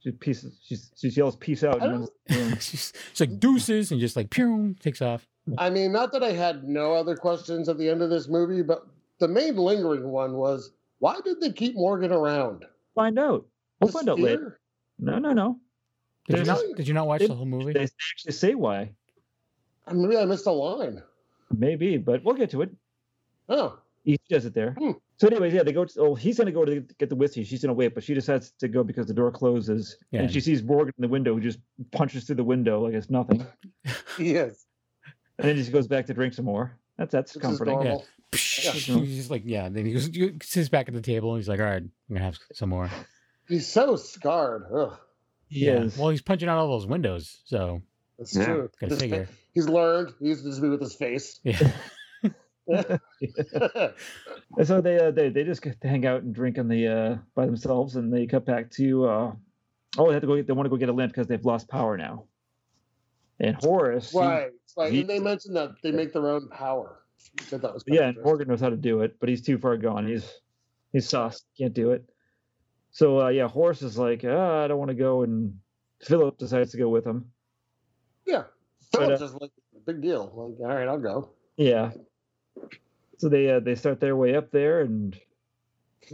She pieces. She she yells, "Peace out!" I and runs out of the room. she's, she's like deuces and just like pew takes off. I mean, not that I had no other questions at the end of this movie, but the main lingering one was why did they keep Morgan around? find out. We'll Just find out fear? later. No, no, no. Did you There's- not? Did you not watch the whole movie? They actually say why. I mean, Maybe I missed a line. Maybe, but we'll get to it. Oh, He does it there. Hmm. So, anyways, yeah, they go. To, oh, he's gonna go to get the whiskey. She's gonna wait, but she decides to go because the door closes, Yeah. and she sees Morgan in the window, who just punches through the window like it's nothing, yes, and then she goes back to drink some more. That's that's this is comforting. normal. He's just like yeah. Then he goes he sits back at the table and he's like, all right, I'm gonna have some more. He's so scarred. Ugh, He is. Well, he's punching out all those windows, so [LAUGHS] that's Yeah, true. gotta His fa- figure. [LAUGHS] he's learned. He used to just be with his face. [LAUGHS] yeah. And so they uh, they they just get to hang out and drink on the uh, by themselves, and they cut back to uh, oh they have to go get, they want to go get a lamp because they've lost power now. And Horace, he- right, right. he- and they mentioned that they make their own power. Which I thought was kinda yeah, and interesting. Morgan knows how to do it, but he's too far gone. He's he's sauce can't do it. So uh, yeah, Horace is like ah, I don't want to go, and Philip decides to go with him. Yeah. But, Philip uh, just like big deal. Like, all right, I'll go. Yeah. So they uh, they start their way up there, and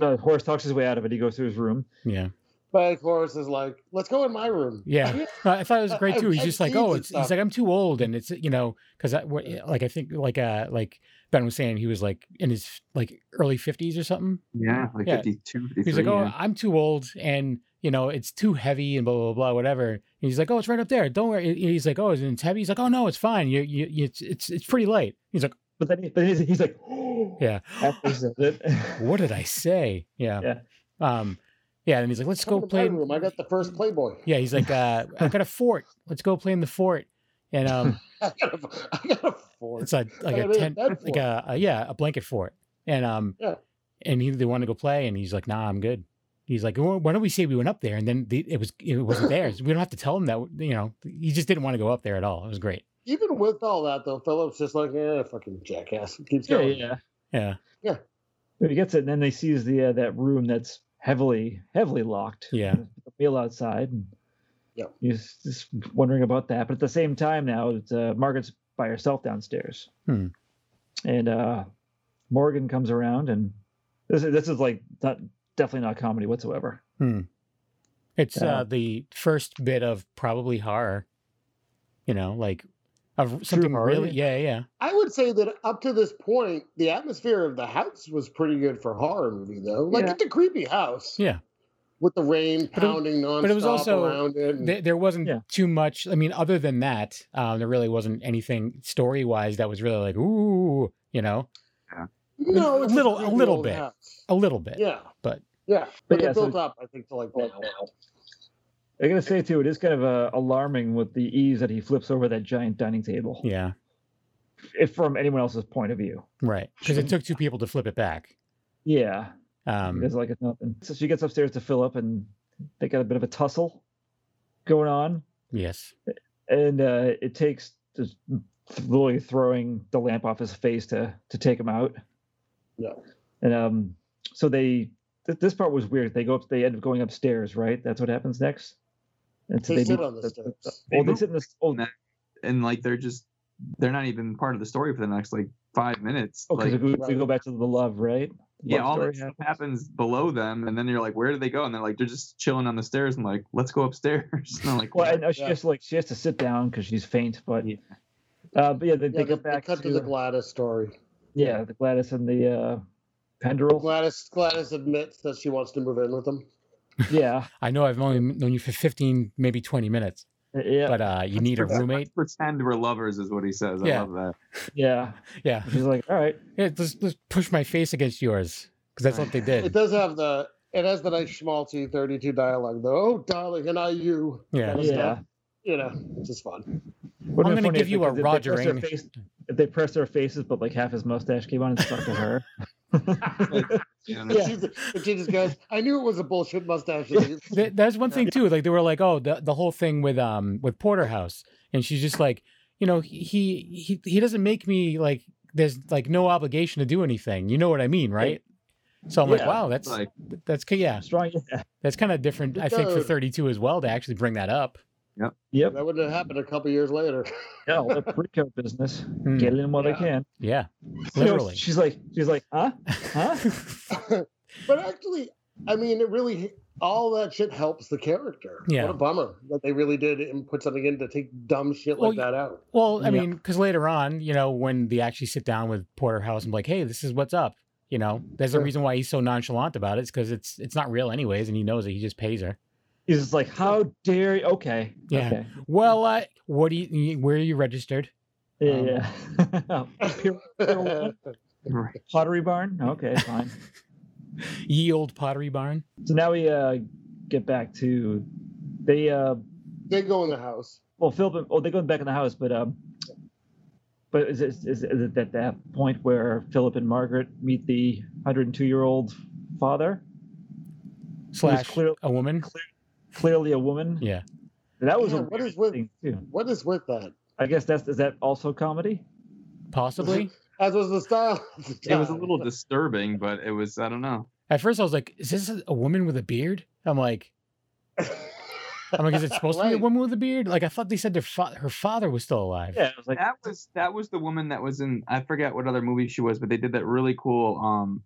uh, Horace talks his way out of it. He goes to his room. Yeah. But Chorus is like, let's go in my room. Yeah, [LAUGHS] No, I thought it was great I- too. He's I've just like, seen oh, this it's he's stuff. like I'm too old, and it's you know because I we're- like I think like uh like Ben was saying he was like in his like early fifties or something. Yeah, like Yeah. 52, He's 53. like, oh, yeah. I'm too old, and you know it's too heavy, and blah blah blah, whatever. And he's like, oh, it's right up there. Don't worry. He's like, oh, it's it's heavy. He's like, oh no, it's fine. You you you- it's it's it's pretty light. He's like, But then he, but he's, he's like, [GASPS] oh, yeah. after he says it. what did I say? Yeah. Yeah. Um. Yeah, and he's like, let's Come go to my play. room. I got the [LAUGHS] first Playboy. [LAUGHS] Yeah, he's like, uh, I've got a fort. Let's go play in the fort. [LAUGHS] And um, I got a, I got a four. it's like like That a is tent, bed like for. a, a yeah, a blanket fort. And um, Yeah. and he they wanted to go play, and he's like, nah, I'm good. He's like, well, why don't we say we went up there? And then the, it was it wasn't theirs. We don't have to tell him that. You know, he just didn't want to go up there at all. It was great. Even with all that, though, Philip's just like, eh, fucking jackass. He [LAUGHS] keeps yeah, going. yeah. Yeah, But he gets it, and then they sees the uh, that room that's heavily, heavily locked. Yeah. The wheel outside. And Yep. He's just wondering about that, but at the same time now, it's, uh, Margaret's by herself downstairs. Hmm. And uh, Morgan comes around, and this is, this is like not definitely not comedy whatsoever. It's Yeah. uh, the first bit of probably horror, you know, like of something horror, really. yeah. Yeah, yeah. I would say that up to this point, the atmosphere of the house was pretty good for a horror movie, though. Like Yeah. it's a creepy house. Yeah. With the rain it- pounding nonstop but it was also- around it. and- There, there wasn't Yeah. too much. I mean, other than that, um, there really wasn't anything story wise that was really like ooh, you know, no, it's just little- a creepy little old bit. house. a little bit. Yeah. But- yeah, But but it yeah, so- built up, I think, to like now. I gotta say too, it is kind of uh, alarming with the ease that he flips over that giant dining table. Yeah, If from anyone else's point of view. right. Because it took two people to flip it back. Yeah, Um, it's like it's nothing. So she gets upstairs to Philip, and they got a bit of a tussle going on, yes. and uh, it takes just literally throwing the lamp off his face to to take him out. Yeah. And um, so they th- this part was weird. They go up, they end up going upstairs, right? That's what happens next. And They sit meet- on the steps. Well, they sit in the oh, That- and like they're just they're not even part of the story for the next like five minutes. oh, 'cause like we, we go back to the love, right? yeah, Love all story that stuff happens below them, and then you're like, where do they go? And they're like, they're just chilling on the stairs. and like, let's go upstairs. [LAUGHS] And I'm like, Well, I know she Yeah. just like she has to sit down because she's faint, but Yeah. uh, but yeah, they, Yeah, they they, go they back cut to, the Gladys story. yeah the Gladys and the uh, Penderel. Gladys Gladys admits that she wants to move in with him. yeah, I know I've only known you for 15, maybe 20 minutes, yeah, but uh, you need a roommate. pretend we're lovers is what he says. I Yeah. love that. yeah. Yeah. She's like, all right, yeah let's, let's push my face against yours because that's what they It did. does have the it has the nice schmaltzy 32 dialogue though. Oh darling, and I you. Yeah. Kinda yeah. stuff. You know, it's just fun. Wouldn't I'm it be gonna funny give if you they- a if they pressed their Rogering. face- If they pressed their faces, but like half his mustache came on and stuck to [LAUGHS] her. Yeah, But she's- but she just goes, I knew it was a bullshit [LAUGHS] mustache. Th- That's one thing too. Like they were like, oh, the, the whole thing with um with Porterhouse, and she's just like, you know, he he he doesn't make me like there's like no obligation to do anything. You know what I mean, right? So I'm like, Yeah. wow, that's Like- that's ki- yeah, Strong. Yeah. that's kind of different. I think for Dude. 32 as well to actually bring that up. Yep. That wouldn't have happened a couple years later. No, the pre-code business. Hmm, Get it in while Yeah. they can. Yeah, You know, literally. she's like, she's like, huh? Huh? [LAUGHS] But actually, I mean, it really all that shit helps the character. Yeah. What a bummer that they really did and put something in to take dumb shit like Well, that out. [LAUGHS] Well, I Yeah. mean, because later on, you know, when they actually sit down with Porterhouse and be like, hey, this is what's up. You know, there's a Sure. reason why he's so nonchalant about it. It's because it's it's not real anyways, and he knows it. He just pays her. He's just like, how dare you? Okay. Yeah. Okay. Well, uh, what do you? Where are you registered? Yeah. Um, yeah. [LAUGHS] Pure- pure wine? right. Pottery barn? Okay, fine. Ye old Pottery Barn. so now we uh, get back to they. Uh, [LAUGHS] they go in the house. well, Philip. Oh, they go back in the house, but um, but is it, is, is it at that point where Philip and Margaret meet the 102 year old father? Slash clear- a woman. Clearly a woman. Yeah. That was Yeah, a what weird is with- thing too. What is with that? I guess that's is that also comedy? Possibly. [LAUGHS] As was the style. At the It was a time. little disturbing, but it was I don't know. At first, I was like, "Is this a woman with a beard?" I'm like, "I'm like, is it supposed to be a [LAUGHS] Right. woman with a beard?" Like, I thought they said their fa- her father was still alive. Yeah, it was like That was that was the woman that was in I forget what other movie she was, but they did that really cool um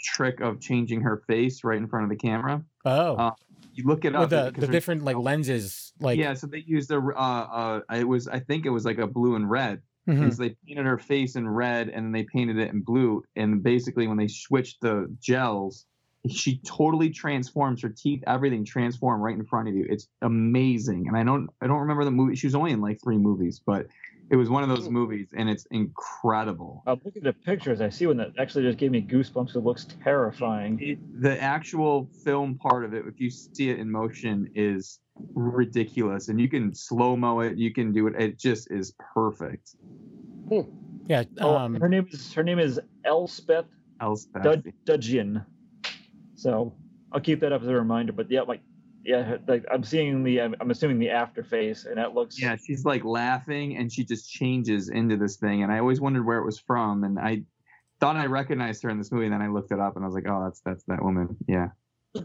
trick of changing her face right in front of the camera. Oh, Uh, You look it up with the, because the her- different like lenses, like yeah, so they used a uh, uh it was I think it was like a blue and red. mhm. is they painted her face in red and then they painted it in blue. And basically, when they switched the gels, she totally transforms her teeth. Everything transform right in front of you. It's amazing. And I don't I don't remember the movie. She was only in like three movies, but it was one of those movies, and it's incredible. I'm looking at pictures. I see one that actually just gave me goosebumps. It looks terrifying. It, the actual film part of it, if you see it in motion, is ridiculous, and you can slow mo it. You can do it. It just is perfect. yeah. Oh, Um, [LAUGHS] her name is her name is Elspeth Elspeth. Dud- Dudgeon. So I'll keep that up as a reminder. But yeah, like yeah, her- like I'm seeing the I'm, I'm assuming the after face, and that looks Yeah, she's like laughing and she just changes into this thing. And I always wondered where it was from. And I thought I recognized her in this movie. And then I looked it up and I was like, oh, that's that's that woman. Yeah.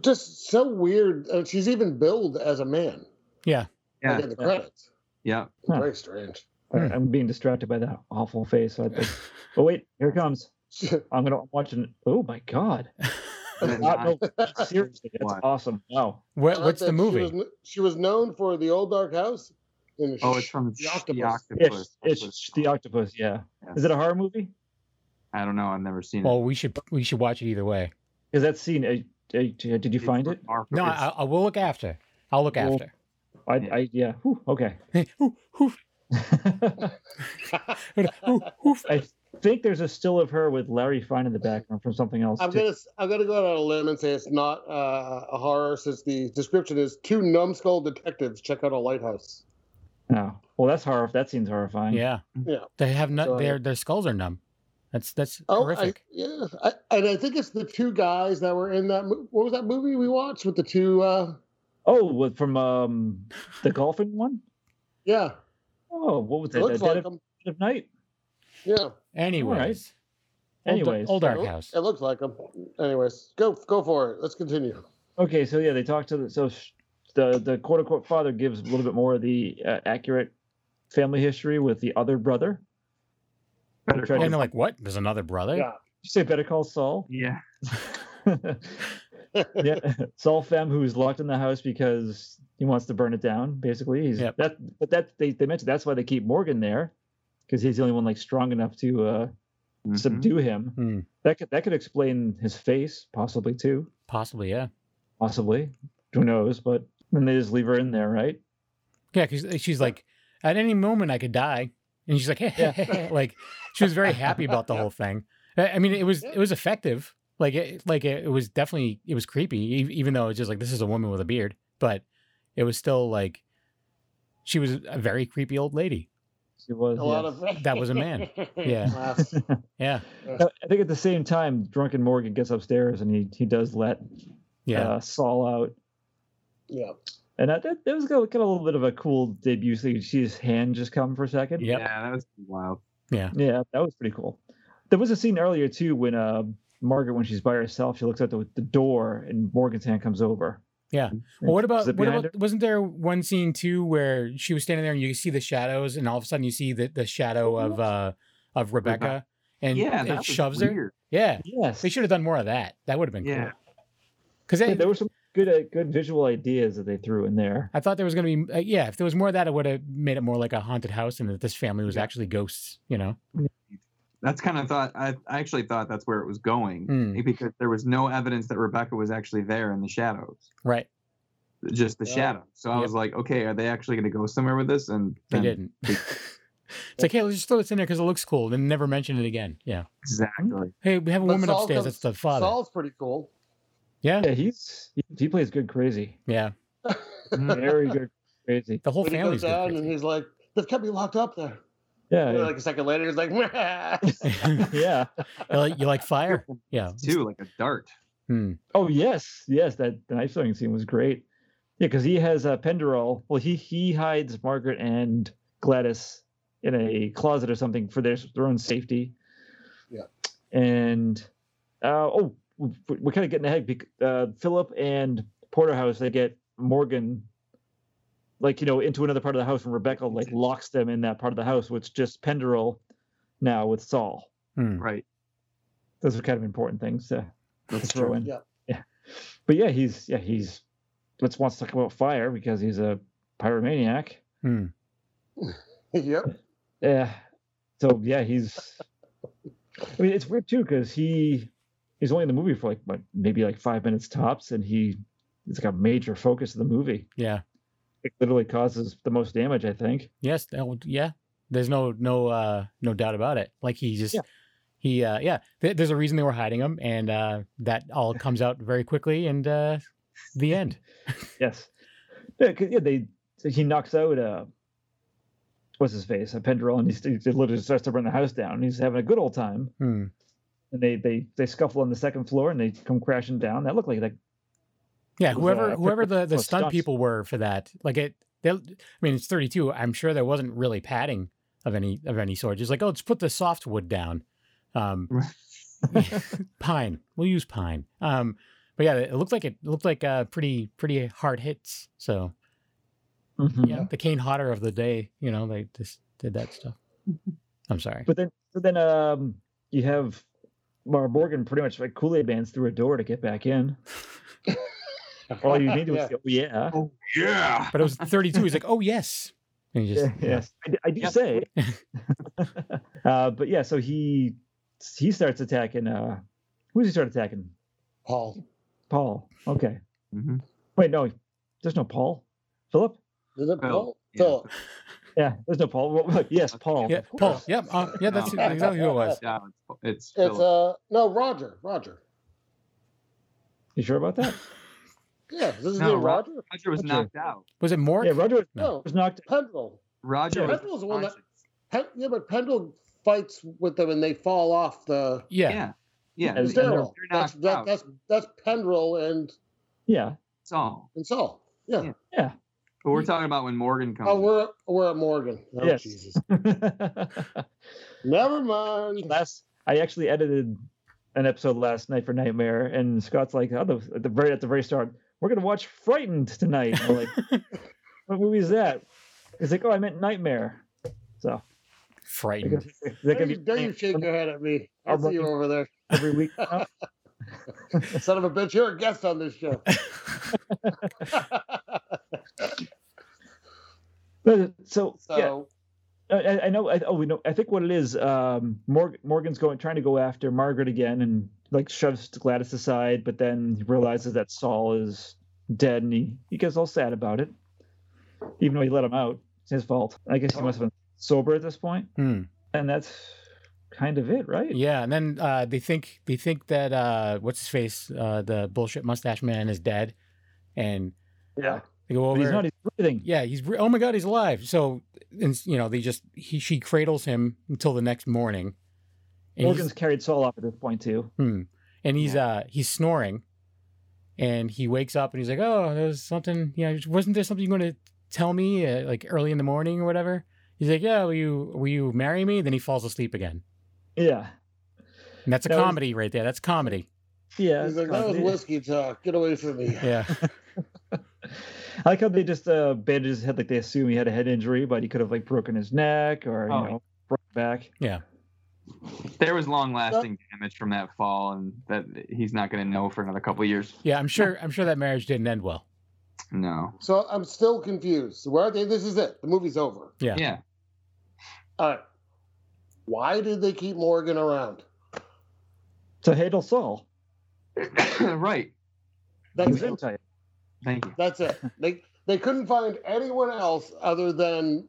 Just so weird. Uh, she's even billed as a man. Yeah. Like Yeah. in the credits. Yeah. Huh. Very strange. [LAUGHS] All right, I'm being distracted by that awful face. So I think, oh wait, here it comes. I'm gonna watch it. Oh my god! And Uh, I- no, seriously, that's What? awesome. Wow. What, what's the She was, movie? kn- she was known for the old dark house. And oh, it's from The Octopus. It's it's the octopus. Yeah. Is it a horror movie? I don't know. I've never seen it. Well, we should we should watch it either way. Because that scene. Uh, uh, did you It's find from it? Marvel. No, It's- I, I will look after. I'll look Well- after. [LAUGHS] I, I yeah. Whew, okay. [LAUGHS] Oof, oof, oof, oof. I think there's a still of her with Larry Fine in the background from something else. [LAUGHS] I'm too. gonna I'm gonna go out on a limb and say it's not uh, a horror since the description is two numbskull detectives check out a lighthouse. No. Well, that's horror. That seems horrifying. Yeah. Yeah. They have So- not. Their their skulls are numb. That's that's Oh, I, horrific. yeah, I, and I think it's the two guys that were in that. mo- What was that movie we watched with the two? Uh, Oh, with, from um the golfing one. yeah, Oh, what was it that? looks Dead like of, them. Dead of Night. Yeah, Anyways. Old da- Anyways. Old, it Dark loo- House. It looks like them. Anyways, go go for it. Let's continue. Okay, so yeah, they talk to the so sh- the the quote unquote father gives a little bit more of the uh, accurate family history with the other brother. Better Tried Call to- And they're like, what? There's another brother? Yeah. Did you say Better Call Saul? Yeah. [LAUGHS] yeah, Saul Femme, who's locked in the house because he wants to burn it down. Basically, he's Yep. that. But that they they mentioned that's why they keep Morgan there because he's the only one like strong enough to uh, Mm-hmm. Mhm. subdue him. Hmm. That could that could explain his face possibly too. Possibly, yeah. Possibly, who knows? But then they just leave her in there, right? Yeah, because she's like, at any moment I could die, and she's like, like she was very happy about [LAUGHS] the whole thing. I I mean, it was it was effective. Like it, like it, it was definitely it was creepy, e- even though it's just like this is a woman with a beard, but it was still like she was a very creepy old lady. She was A yeah. lot of That was a [LAUGHS] man. Yeah. Laughs. Yeah, Uh, I think at the same time, drunken Morgan gets upstairs and he he does let yeah. uh, Saul out, Yeah. and that that, that was kind of a little bit of a cool debut. So you see his hand just come for a second. Yep. Yeah, that was wild. Yeah, that was pretty cool. There was a scene earlier too when uh, Margaret, when she's by herself, she looks out the, the door and Morgan's hand comes over. Yeah. Well, what Is about it what behind about? Wasn't there one scene too where she was standing there and you see the shadows, and all of a sudden you see the, the shadow of uh of Rebecca, and yeah, that it was shoves her. weird. Yeah, her? Yes. They should have done more of that. That would have been Yeah. cool. Because Yeah, there were some good uh, good visual ideas that they threw in there. I thought there was going to be, uh, yeah, if there was more of that, it would have made it more like a haunted house and that this family was Yeah. actually ghosts, you know? That's kind of thought. I, I actually thought that's where it was going Hmm. because there was no evidence that Rebecca was actually there in the shadows, Right. just the Yeah. shadow. So I Yep. was like, okay, are they actually going to go somewhere with this? And They then- didn't. [LAUGHS] it's like, hey, let's just throw this in there because it looks cool. Then never mention it again. Yeah. Exactly. Hey, we have a But woman Saul upstairs. comes- That's the father. Saul's pretty [LAUGHS] cool. Yeah. Yeah, he's he, he plays good [LAUGHS] crazy, Yeah. [LAUGHS] very good crazy. The whole When he family's goes good down and he's like, "They've kept me locked up there." Yeah, And yeah. like a second later, he's like, [LAUGHS] crazy. yeah. you, like, you like fire? Yeah. Too like a dart. Hmm. Oh yes, yes, that the knife throwing scene was great. Yeah, because he has a uh, Penderall. Well, he he hides Margaret and Gladys in a closet or something for their their own safety. Yeah. And uh, oh, we- we're kind of getting ahead. bec- Uh, Philip and Porterhouse they get Morgan, like you know, into another part of the house, and Rebecca like locks them in that part of the house, which just Penderall now with Saul. Hmm. Right. Those are kind of important things to, to That's throw true. in. Yeah. yeah. But yeah, he's yeah he's let's wants to talk about fire because he's a pyromaniac. Hmm. [LAUGHS] "Yep." Yeah. So yeah, he's. I mean, it's weird too because he he's only in the movie for like what, maybe like five minutes tops, and he it's like a major focus of the movie. Yeah. It literally causes the most damage, I think. Yes. that would- Yeah. There's no, no, uh, no doubt about it. Like he just, Yeah. he, uh, yeah, th- there's a reason they were hiding him and, uh, that [LAUGHS] all comes out very quickly and, uh, the end. Yes. Yeah, 'cause, yeah, they so he knocks out uh what's his face a Penderel, and he, he literally starts to burn the house down. He's having a good old time. Hmm. and they they they scuffle on the second floor and they come crashing down. That looked like like Yeah, It was, whoever uh, whoever the, the well, stunt stunts. people were for that, like it, they, I mean, it's thirty two. I'm sure there wasn't really padding of any of any sort. Just like, oh, let's put the soft wood down, [LAUGHS] um, pine. We'll use pine. Um, but yeah, it looked like it looked like uh, pretty pretty hard hits. So yeah, the Kane Hodder of the day. You know, Mm-hmm. they just did that stuff. I'm sorry. But then so then um you have Mara Morgan pretty much like Kool Aid bands through a door to get back in. All you needed was [LAUGHS] Yeah. the, oh, yeah. Yeah. But it was 32. He's like, oh, yes. And he just, [LAUGHS] Yeah, yes, I, d- I do Yep. [LAUGHS] say. [LAUGHS] uh, but yeah, so he he starts attacking. Uh, who does he start attacking? Paul. Paul. Okay. hmm Wait, no, there's no Paul. Philip. Is it Phil, Paul? yeah. Phil. Yeah, there's no Paul. Well, [LAUGHS] yes, Paul. Yeah, of Paul. course. Yep. Uh, yeah, [LAUGHS] that's No. exactly who it was. Yeah, it's, it's It's Philip. uh no Roger. Roger. You sure about that? Yeah, is this his No, name Ro- Roger? Roger was Roger. knocked out. Was it Mork? Yeah, Roger was, No, was knocked. Pendle. Roger Yeah, was Pendle's the one that- conscious. Pen- yeah, but Pendle fights with them and they fall off the Yeah. Yeah, yeah. And and the they're, stairwell. they're That's, knocked that, out. that's that's Pendrell and Yeah, [LAUGHS] That's all. and Saul. Yeah. Yeah. yeah. But we're talking about when Morgan comes. Mm. Oh, we're we're at Morgan. Oh, Yes. Jesus. Never [LAUGHS] mind. last, I actually edited an episode last night for Nightmare, and Scott's like, oh, the, at the very at the very start, we're gonna watch Frightened tonight. I'm like, what movie is that? He's like, oh, I meant Nightmare. So they're Frightened. gonna, they're Don't gonna you, be don't you shake your head at me. I I'll see you over there. every week. [LAUGHS] now. Son of a bitch, you're a guest on this show. But, so, So yeah, I- I, I know. I, oh, we know. I think what it is. Um, Morg, Morgan's going trying to go after Margaret again, and like shoves Gladys aside, but then he realizes that Saul is dead, and he, he gets all sad about it, even though he let him out. It's his fault. I guess he must have been sober at this point, Hmm. and that's kind of it, right? Yeah, and then uh, they think they think that uh, what's his face, uh, the bullshit mustache man, is dead, and Yeah. they go But over. he's not. He's breathing. yeah, he's re- oh my god, he's alive. So, and you know, they just he she cradles him until the next morning. And Morgan's he's, carried Saul off at this point too. hmm, and he's uh he's snoring, and he wakes up and he's like, oh, there's something. You know, wasn't there something you going to tell me uh, like early in the morning or whatever? He's like, yeah, will you will you marry me? Then he falls asleep again, Yeah. and that's a That was- comedy right there. That's comedy. Yeah. he's like, that was whiskey talk. Get away from me. Yeah. I like how they just uh, bandaged his head, like they assume he had a head injury, but he could have like broken his neck or Oh. you know broke his back. There was long lasting damage from that fall, and that he's not going to know for another couple of years. [LAUGHS] Yeah, I'm sure. I'm sure that marriage didn't end well. No. So I'm still confused. Where are they? This is it. The movie's over. Yeah. Yeah. All right. Why did they keep Morgan around? To handle Saul, [COUGHS] right. he That's was it. in tight. Thank you. That's it. They they couldn't find anyone else other than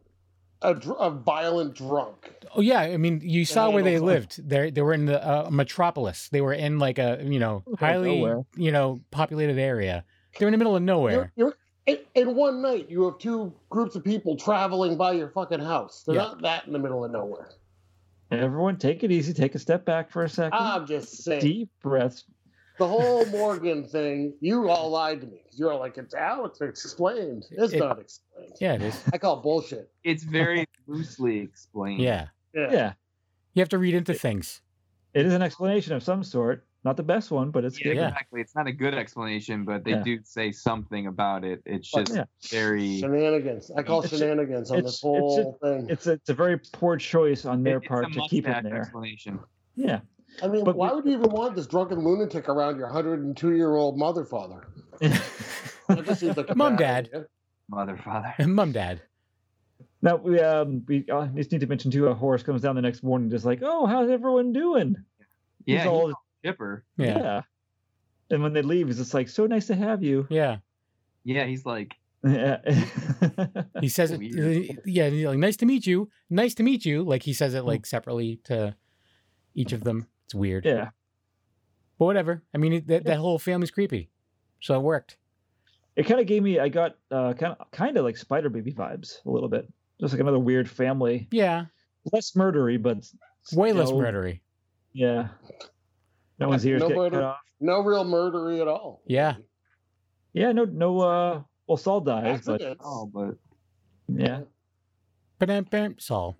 a, dr- a violent drunk. Oh yeah, I mean, you saw where they handles. lived. They they were in the uh, metropolis. They were in like a you know highly nowhere. you know populated area. They're in the middle of You're, nowhere. you're, in, in one night, you have two groups of people traveling by your fucking house. They're Yeah. not that in the middle of nowhere. Everyone, take it easy. Take a step back for a second. Ah, I'm just saying. Deep breaths. The whole Morgan thing, you all lied to me. You're all like, it's out. It's explained. It's It- not explained. Yeah, it is. I call bullshit. It's very loosely explained. Yeah, Yeah. Yeah, you have to read into things. [LAUGHS] it is an explanation of some sort. Not the best one, but it's Yeah, good. Yeah. exactly. It's not a good explanation, but they Yeah. do say something about it. It's Fuck just yeah. very. Shenanigans. I call It's- shenanigans on it's- this whole thing. It's a, it's a very poor choice on their it- it's a part to keep him mustache there. Explanation. [LAUGHS] Yeah, I mean, but why we- would you even want this drunken lunatic around your 102 year old mother father? That just seems like a Mom, bad Dad. idea. Mother, father. Mum, dad. [LAUGHS] Now we um we uh, just need to mention too. A horse comes down the next morning, just like, oh, how's everyone doing? He's Yeah. all- He's chipper. Yeah. yeah, And when they leave, he's just like, so nice to have you. [LAUGHS] Yeah. He's like, Yeah. [LAUGHS] He says it. Weird. Yeah, he's like nice to meet you. Nice to meet you. Like he says Hmm. it like separately to each of them. It's weird. yeah. But whatever. I mean, it, that that whole family's creepy. So it worked. It kind of gave me. I got uh, kind of kind of like Spider Baby vibes a little bit. Just like another weird family, Yeah, less murdery, but way less you know, murdery. Yeah. No one's ears No get cut murder. off. No real murdery at all. Yeah. Yeah. No. No. Uh. Well, Saul dies, but Accidents. oh, but yeah. Ba-dam-bam, Saul.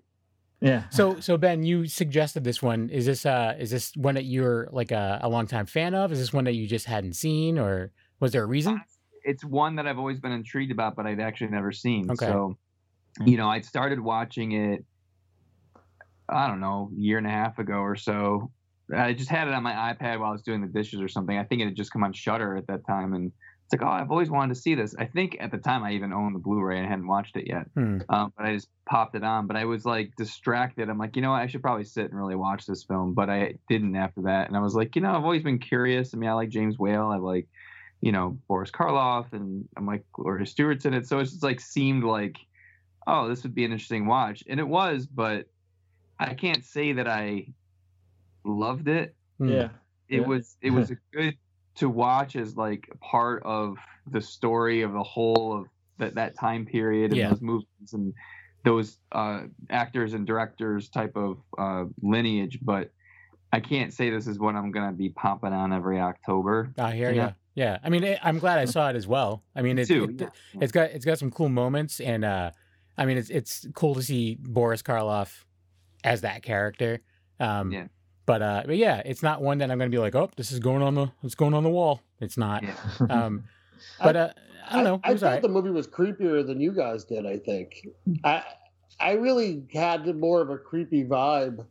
Yeah. [SIGHS] So so Ben, you suggested this one. Is this uh is this one that you're like a, a long time fan of? Is this one that you just hadn't seen or was there a reason? it's one that I've always been intrigued about, but I've actually never seen. Okay. Hmm. So, you know, I started watching it. I don't know, a year and a half ago or so, I just had it on my iPad while I was doing the dishes or something. I think it had just come on Shutter at that time, and it's like, oh, I've always wanted to see this. I think at the time I even owned the Blu-ray and I hadn't watched it yet, Hmm. um, but I just popped it on. But I was like distracted. I'm like, you know, what? I should probably sit and really watch this film, but I didn't after that. And I was like, you know, I've always been curious. I mean, I like James Whale. I like, you know, Boris Karloff, and I'm like, Gloria Stewart's in it. So it's just like seemed like, oh, this would be an interesting watch, and it was. But I can't say that I loved it Hmm. Yeah. Yeah. it was it was a good to watch as like a part of the story of the whole of that that time period and Yeah. those movies and those uh, actors and directors type of uh, lineage. But I can't say this is what I'm gonna be popping on every October. I hear Yeah. you. Ah, Yeah, I mean, it, I'm glad I saw it as well. I mean, Me it, too, it, yeah. has got it's got some cool moments, and uh, I mean, it's it's cool to see Boris Karloff as that character. Um, Yeah. But uh, but yeah, it's not one that I'm going to be like, oh, this is going on the it's going on the wall. It's not. Yeah. Um, but uh, I don't know. Mm-hmm. I, It was thought all right. the movie was creepier than you guys did. I think I I really had more of a creepy vibe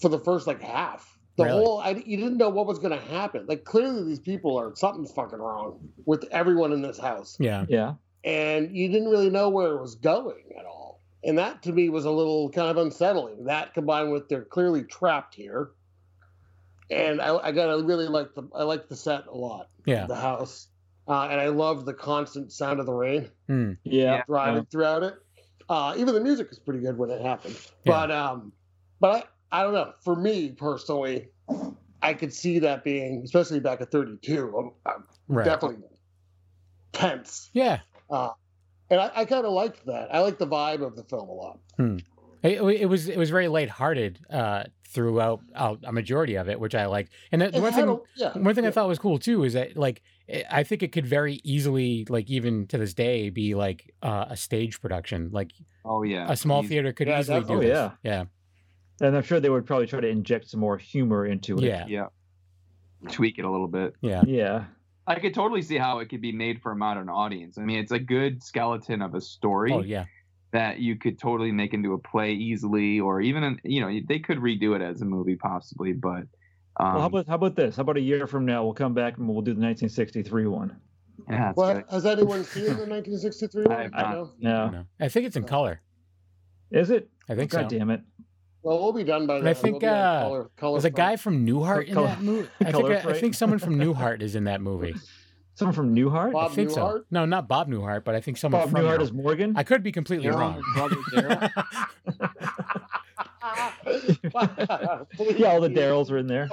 for the first like half. The Really? whole I, you didn't know what was going to happen. Like clearly these people are something's fucking wrong with everyone in this house, Yeah. [LAUGHS] Yeah. and you didn't really know where it was going at all. And that to me was a little kind of unsettling. That combined with they're clearly trapped here, and I, I got I really like the I like the set a lot [LAUGHS] Yeah. the house. Uh, and I love the constant sound of the rain Mm. Yeah. driving throughout it. Uh, even the music is pretty good when it happened. Yeah. But um, but I, I don't know. For me personally, I could see that being, especially back at 32, I'm, I'm Right. definitely tense. Yeah. And I, I kind of liked that. I like the vibe of the film a lot. It, it was it was very lighthearted uh, throughout uh, a majority of it, which I liked. And the, the It one had thing a- yeah, One thing I yeah. thought was cool too is that like eh, I- I think it could very easily like even to this day be like uh, a stage production. Like Oh yeah, a small He's- theater could Yeah, easily do definitely. this. Oh, yeah, And I'm sure they would probably try to inject some more humor into it. yeah, Yeah, tweak it a little bit. yeah. Yeah. I could totally see how it could be made for a modern audience. I mean, it's a good skeleton of a story. Oh yeah, that you could totally make into a play easily, or even an- you know they could redo it as a movie possibly. But um, well, how about how about this? How about a year from now we'll come back and we'll do the 1963 one. yeah, that's Well, good. has anyone seen the 1963 I have not. one? know. I, Yeah. don't know. I think it's in color. Is it? I think God so. damn it. Well, we'll be done by And then. I think, we'll be on uh, color, color Was a front. guy from Newhart in Color- that movie? I think Color I, I Fright. think [LAUGHS] someone from Newhart is in that movie. Someone from Newhart? Bob I think so. Newhart? No, not Bob Newhart, but I think someone Bob from Newhart Newhart. is Morgan? I could be completely Daryl, wrong. brother [LAUGHS] Daryl. [LAUGHS] yeah, all the Daryls are in there.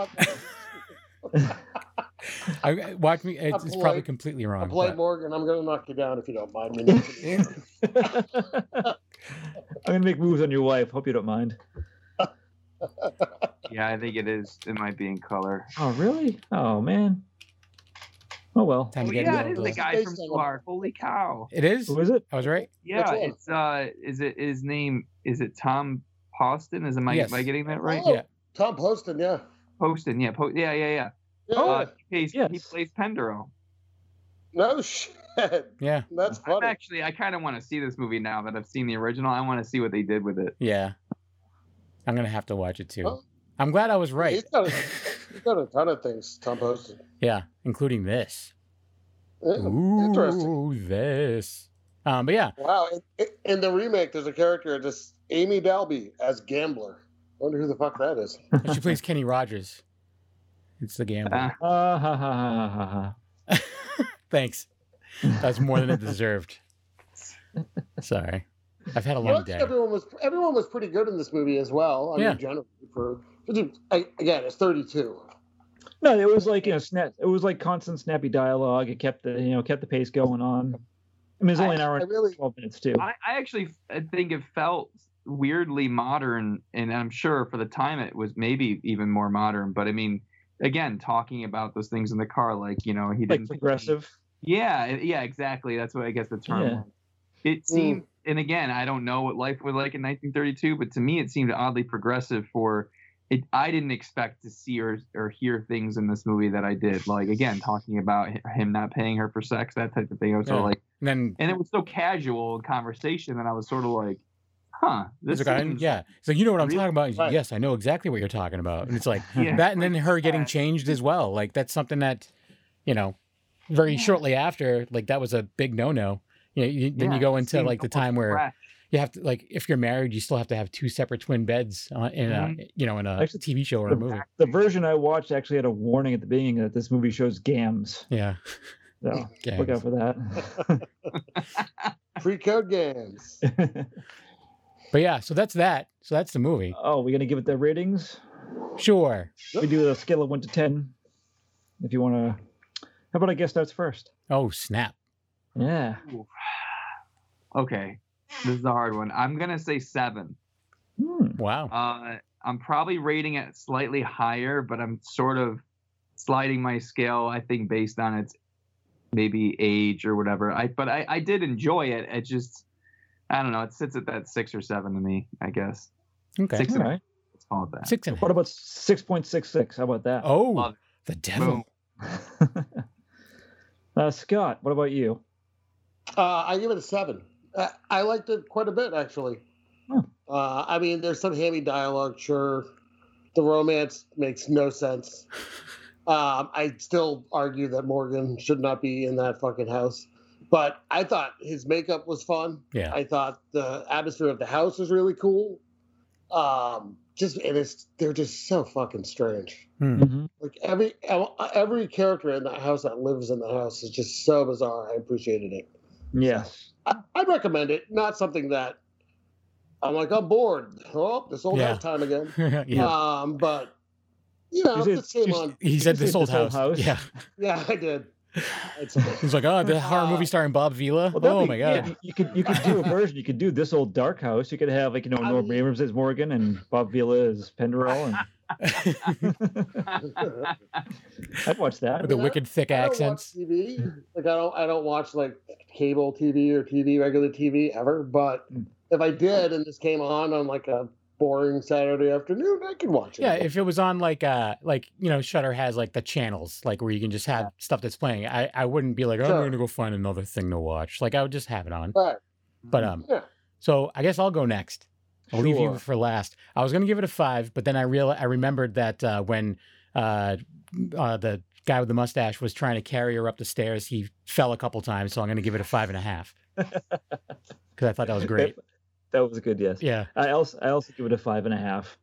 I, eh, watch me. It's, it's probably Apoloid- completely I wrong. play but- Morgan. I'm gonna knock you down if you don't [LAUGHS] mind me. I'm gonna make moves on your wife. Hope you don't mind. yeah, I think it is. It might be in color. Oh really? Oh man. Oh well. Time Oh, to get yeah, a it is little- the guy from Based on- Star. Holy cow! It is. Who is it? I was right. Yeah, Which one? it's uh, is it his name? Is it Tom Poston? Is am I Yes. am I getting that right? Oh, Yeah. Tom Poston, yeah. Poston, yeah, po- yeah, yeah, yeah. Yeah, Oh. uh, he plays he yes. plays Pendero. no shit. [LAUGHS] Yeah. That's I'm funny. actually, I kind of want to see this movie now that I've seen the original. I want to see what they did with it. Yeah. I'm gonna have to watch it too. Well, I'm glad I was right. He's done, he's done a ton of things, Tom Poston. yeah, including this. Yeah, Ooh, Interesting. this. Um, but yeah, Wow. In, in the remake, there's a character just Amy Dalby as Gambler. Wonder who the fuck that is. she plays Kenny Rogers. It's the gambler. Uh, Ah, ha, ha, ha, ha, ha. [LAUGHS] Thanks. That's more than it deserved. Sorry, I've had a Well, long day. Everyone was everyone was pretty good in this movie as well. I Yeah. mean, generally for I- again, it's 32. No, it was like you know, snap. It was like constant snappy dialogue. It kept the you know kept the pace going on. I mean, it's only an hour I and really twelve minutes too. I, I actually f- think it felt weirdly modern, and I'm sure for the time it was maybe even more modern. But I mean, again, talking about those things in the car, like you know, he Like didn't progressive. Yeah, it- yeah, exactly. That's what I guess the term. Yeah. Hmm. was. It seemed, and again, I don't know what life was like in 1932, but to me, it seemed oddly progressive for. It, I didn't expect to see or, or hear things in this movie that I did. Like again, talking about hi- him not paying her for sex, that type of thing. I was sort of Yeah. like, And then and it was so casual in conversation that I was sort of like, huh, this He's like, I- seems- yeah. So you know what I'm really- talking about? He's, Right. Yes, I know exactly what you're talking about. And it's like [LAUGHS] Yeah. that, and then her getting changed as well. Like that's something that, you know, very shortly after, like that was a big no-no. You know, you, then yeah, you go it into seems like the almost time where fresh. you have to, like, if you're married, you still have to have two separate twin beds on, in Mm-hmm. a, you know, in a Actually, TV show or a the- movie. The version I watched actually had a warning at the beginning that this movie shows gams. Yeah. So Okay. look out for that. Free [LAUGHS] code games. Uh, But yeah, so that's that. So that's the movie. [LAUGHS] oh, we're gonna give it the ratings. Sure. We do a scale of one to ten. If you wanna how about I guess that's first? Oh snap. Yeah. Okay, this is a hard one. I'm gonna say seven. Hmm. Wow. Uh, I'm probably rating it slightly higher, but I'm sort of sliding my scale. I think based on its maybe age or whatever. I but I, I did enjoy it. It just I don't know. It sits at that six or seven to me. I guess Okay. six All and right. let's call it that. Six and a half. What about six point six six? How about that? Oh, Love the devil. [LAUGHS] uh, Scott, what about you? Uh, I give it a seven. Uh, I liked it quite a bit, actually. Hmm. Uh, I mean, there's some hammy dialogue, sure. The romance makes [LAUGHS] no sense. Um, I still argue that Morgan should not be in that fucking house, but I thought his makeup was fun. Yeah. [LAUGHS] I thought the atmosphere of the house was really cool. Um, just and it's they're just so fucking strange. Hmm. Mm-hmm. Like every every character in that house that lives in the house is just so bizarre. I appreciated it. Yes. I, I'd recommend it. Not something that I'm like, I'm bored. Oh, this old Yeah. house time again. yeah. Um, but you know, Is it it's the same just- on. He said said this old house. Yeah. Yeah, I did. It's okay. He's like, oh, the horror Uh, movie starring Bob Vila. Well, that'd oh be- my yeah, god. you- you could you could [LAUGHS] do a version. You could do this old dark house. You could have like you know I Norm mean- Abrams as Morgan and Bob Vila as Penderell, and I'd watch that. With the mean, I- wicked thick I don't accents. watch TV. Like I don't. I don't watch like cable TV or TV regular TV ever. But if I did, and this came on on like a boring Saturday afternoon, I could watch it. Yeah, if it was on like uh like you know, Shutter has like the channels like where you can just have stuff that's playing. I I wouldn't be like, oh, I'm Sure. gonna go find another thing to watch. Like I would just have it on. Right. Mm. But um, Yeah. so I guess I'll go next. I'll leave you Sure. for last. I was gonna give it a five, but then I real I remembered that uh, when uh, uh, the guy with the mustache was trying to carry her up the stairs, he fell a couple times. So I'm gonna give it a five and [LAUGHS] a half because I thought that was great. That was good. Yes. Yeah, I also I also give it a five and a half.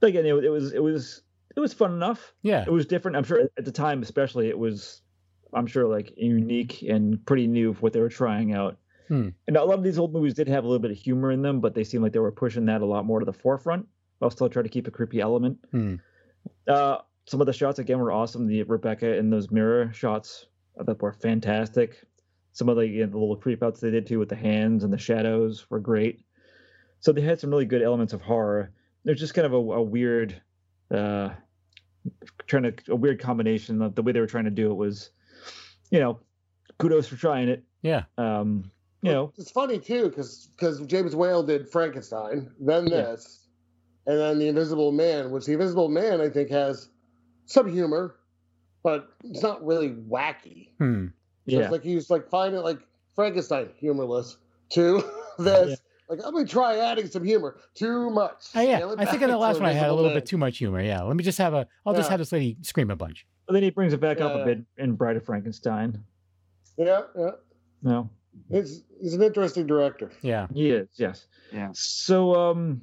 But again, it, wa- it was it was it was fun enough. yeah, It was different. I'm sure at the time, especially, it was I'm sure like unique and pretty new for what they were trying out. Hmm. And a lot of these old movies did have a little bit of humor in them, but they seemed like they were pushing that a lot more to the forefront while still trying to keep a creepy element. Hmm. Uh, some of the shots again were awesome. The Rebecca and those mirror shots I thought were fantastic. Some of the, you know, the little creep outs they did too with the hands and the shadows were great. So they had some really good elements of horror. There's just kind of a, a weird, uh, trying to a weird combination of the way they were trying to do it was, you know, kudos for trying it. yeah. Um, you know, It's funny too, because James Whale did Frankenstein, then Yeah. this, and then the Invisible Man, which the Invisible Man I think has some humor, but it's not really wacky. Hmm. So yeah, It's like he was like finding like Frankenstein humorless [LAUGHS] to this. Like I'm gonna try adding some humor. Too much. Oh, yeah. Scale it I think in the back last to one I had a Invisible little Man. bit too much humor. Yeah. Let me just have a. I'll just Yeah. have this lady scream a bunch. but then he brings it back up a Yeah. bit in Bride of Frankenstein. Yeah, yeah. No, He's, he's an interesting director. Yeah. He is, yes. Yeah. So um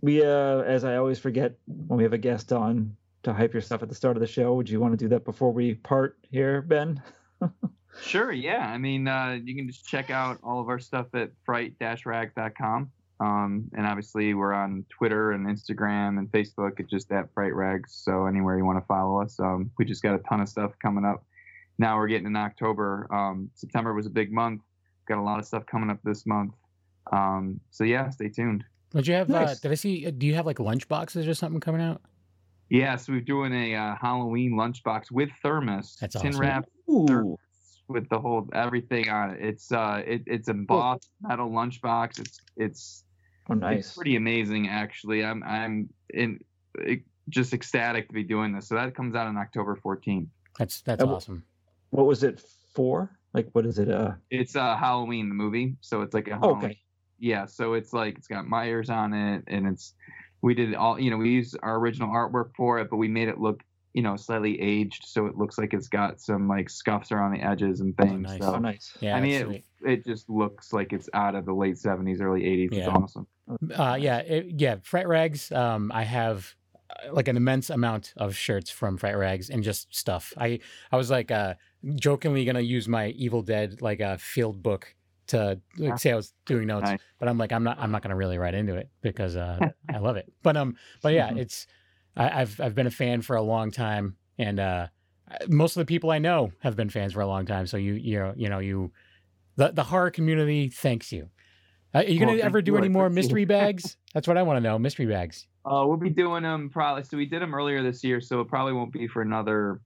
we uh as I always forget when we have a guest on to hype your stuff at the start of the show, would you want to do that before we part here, Ben? Sure, yeah. I mean, uh, you can just check out all of our stuff at fright-rags.com. Um, and obviously, we're on Twitter and Instagram and Facebook. It's just at Fright Rags. So anywhere you want to follow us, um, we just got a ton of stuff coming up. Now we're getting in October. Um, September was a big month. Got a lot of stuff coming up this month. Um, so yeah, stay tuned. Did you have? Uh, Nice. did I see? uh, Do you have like lunch boxes or something coming out? Yeah, so we're doing a uh, Halloween lunchbox with thermos, That's tin awesome. wrap, Ooh. with the whole everything on it. It's uh, it, it's embossed metal lunchbox. It's it's Oh nice. It's pretty amazing, actually. I'm I'm in eh, just ecstatic to be doing this. So that comes out on October 14th. That's that's Uh, well- awesome. What was it for? Like what is it uh It's uh, Halloween the movie, so it's like a Halloween okay. yeah, so it's like it's got Myers on it, and it's we did all you know we used our original artwork for it, but we made it look you know slightly aged, so it looks like it's got some like scuffs around the edges and things. nice. So Oh, nice. Yeah, I that's mean, sweet. it, it just looks like it's out of the late '70s, early '80s. It's Yeah. awesome. Uh, yeah, it, yeah. Fret rags. Um, I have uh, like an immense amount of shirts from fret rags and just stuff. I I was like uh, jokingly gonna use my Evil Dead like a field book to like, say I was doing notes, Nice. but I'm like I'm not I'm not gonna really write into it because uh, I love it. But um, but yeah, it's I, I've I've been a fan for a long time, and uh, most of the people I know have been fans for a long time. So you you know you know you the the horror community thanks you. Uh, are you Well, gonna thank ever do you. I any more appreciate it. [LAUGHS] mystery bags? That's what I want to know. Mystery bags. Uh, we'll be doing them probably. So we did them earlier this year, so it probably won't be for another.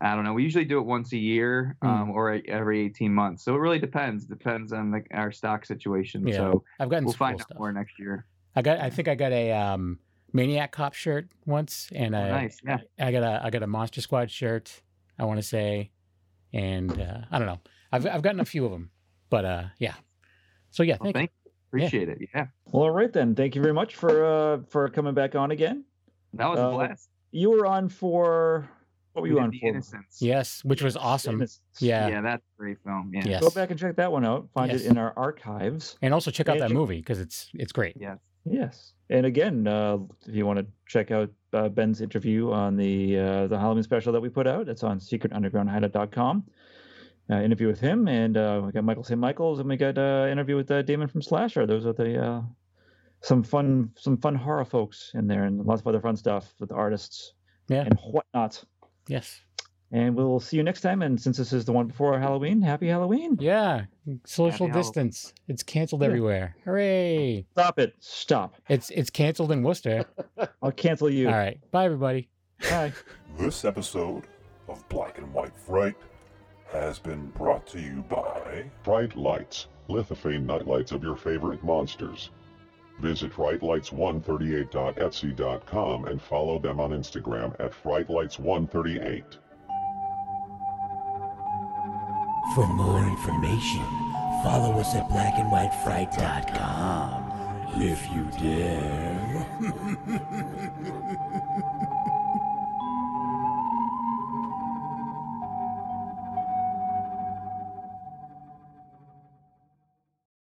I don't know. We usually do it once a year Hmm. um, or e- every 18 months. So it really depends. Depends on the, our stock situation. Yeah, So I've gotten we'll some cool find out stuff. more next year. I got. I think I got a um, maniac cop shirt once, and Oh, I nice. Yeah. I got a I got a monster squad shirt. I want to say, and uh, I don't know. I've I've gotten a few of them, but uh, yeah. So yeah, Well, thank, thank you. Appreciate it. Yeah. Well, all right then. Thank you very much for uh, for coming back on again. That was Uh, a blast. You were on for what were We you did on The for? Innocents. you. Yes, which was awesome. Innocence. Yeah. yeah. That's a great film. Yeah. Yes. Go back and check that one out. Find Yes. it in our archives. And also check out Yeah, that check- movie because it's it's great. Yes. Yes. And again, uh, if you want to check out uh, Ben's interview on the uh, the Halloween special that we put out, it's on secretundergroundhideout.com. Uh, interview with him, and uh, we got Michael St. Michael's, and we got uh, interview with uh, Damon from Slasher. Those are the uh, some fun some fun horror folks in there, and lots of other fun stuff with artists Yeah. and whatnot. Yes. And we'll see you next time. And since this is the one before Halloween, happy Halloween! Yeah. Social Halloween. distance. It's canceled Yeah. everywhere. Hooray! Stop it! Stop! It's it's canceled in Worcester. I'll cancel you. All right. Bye everybody. Bye. This episode of Black and White Fright has been brought to you by Bright Lights, lithophane nightlights of your favorite monsters. Visit frightlights138.etsy.com and follow them on Instagram at frightlights138. For more information, follow us at [LAUGHS] blackandwhitefright.com if you dare.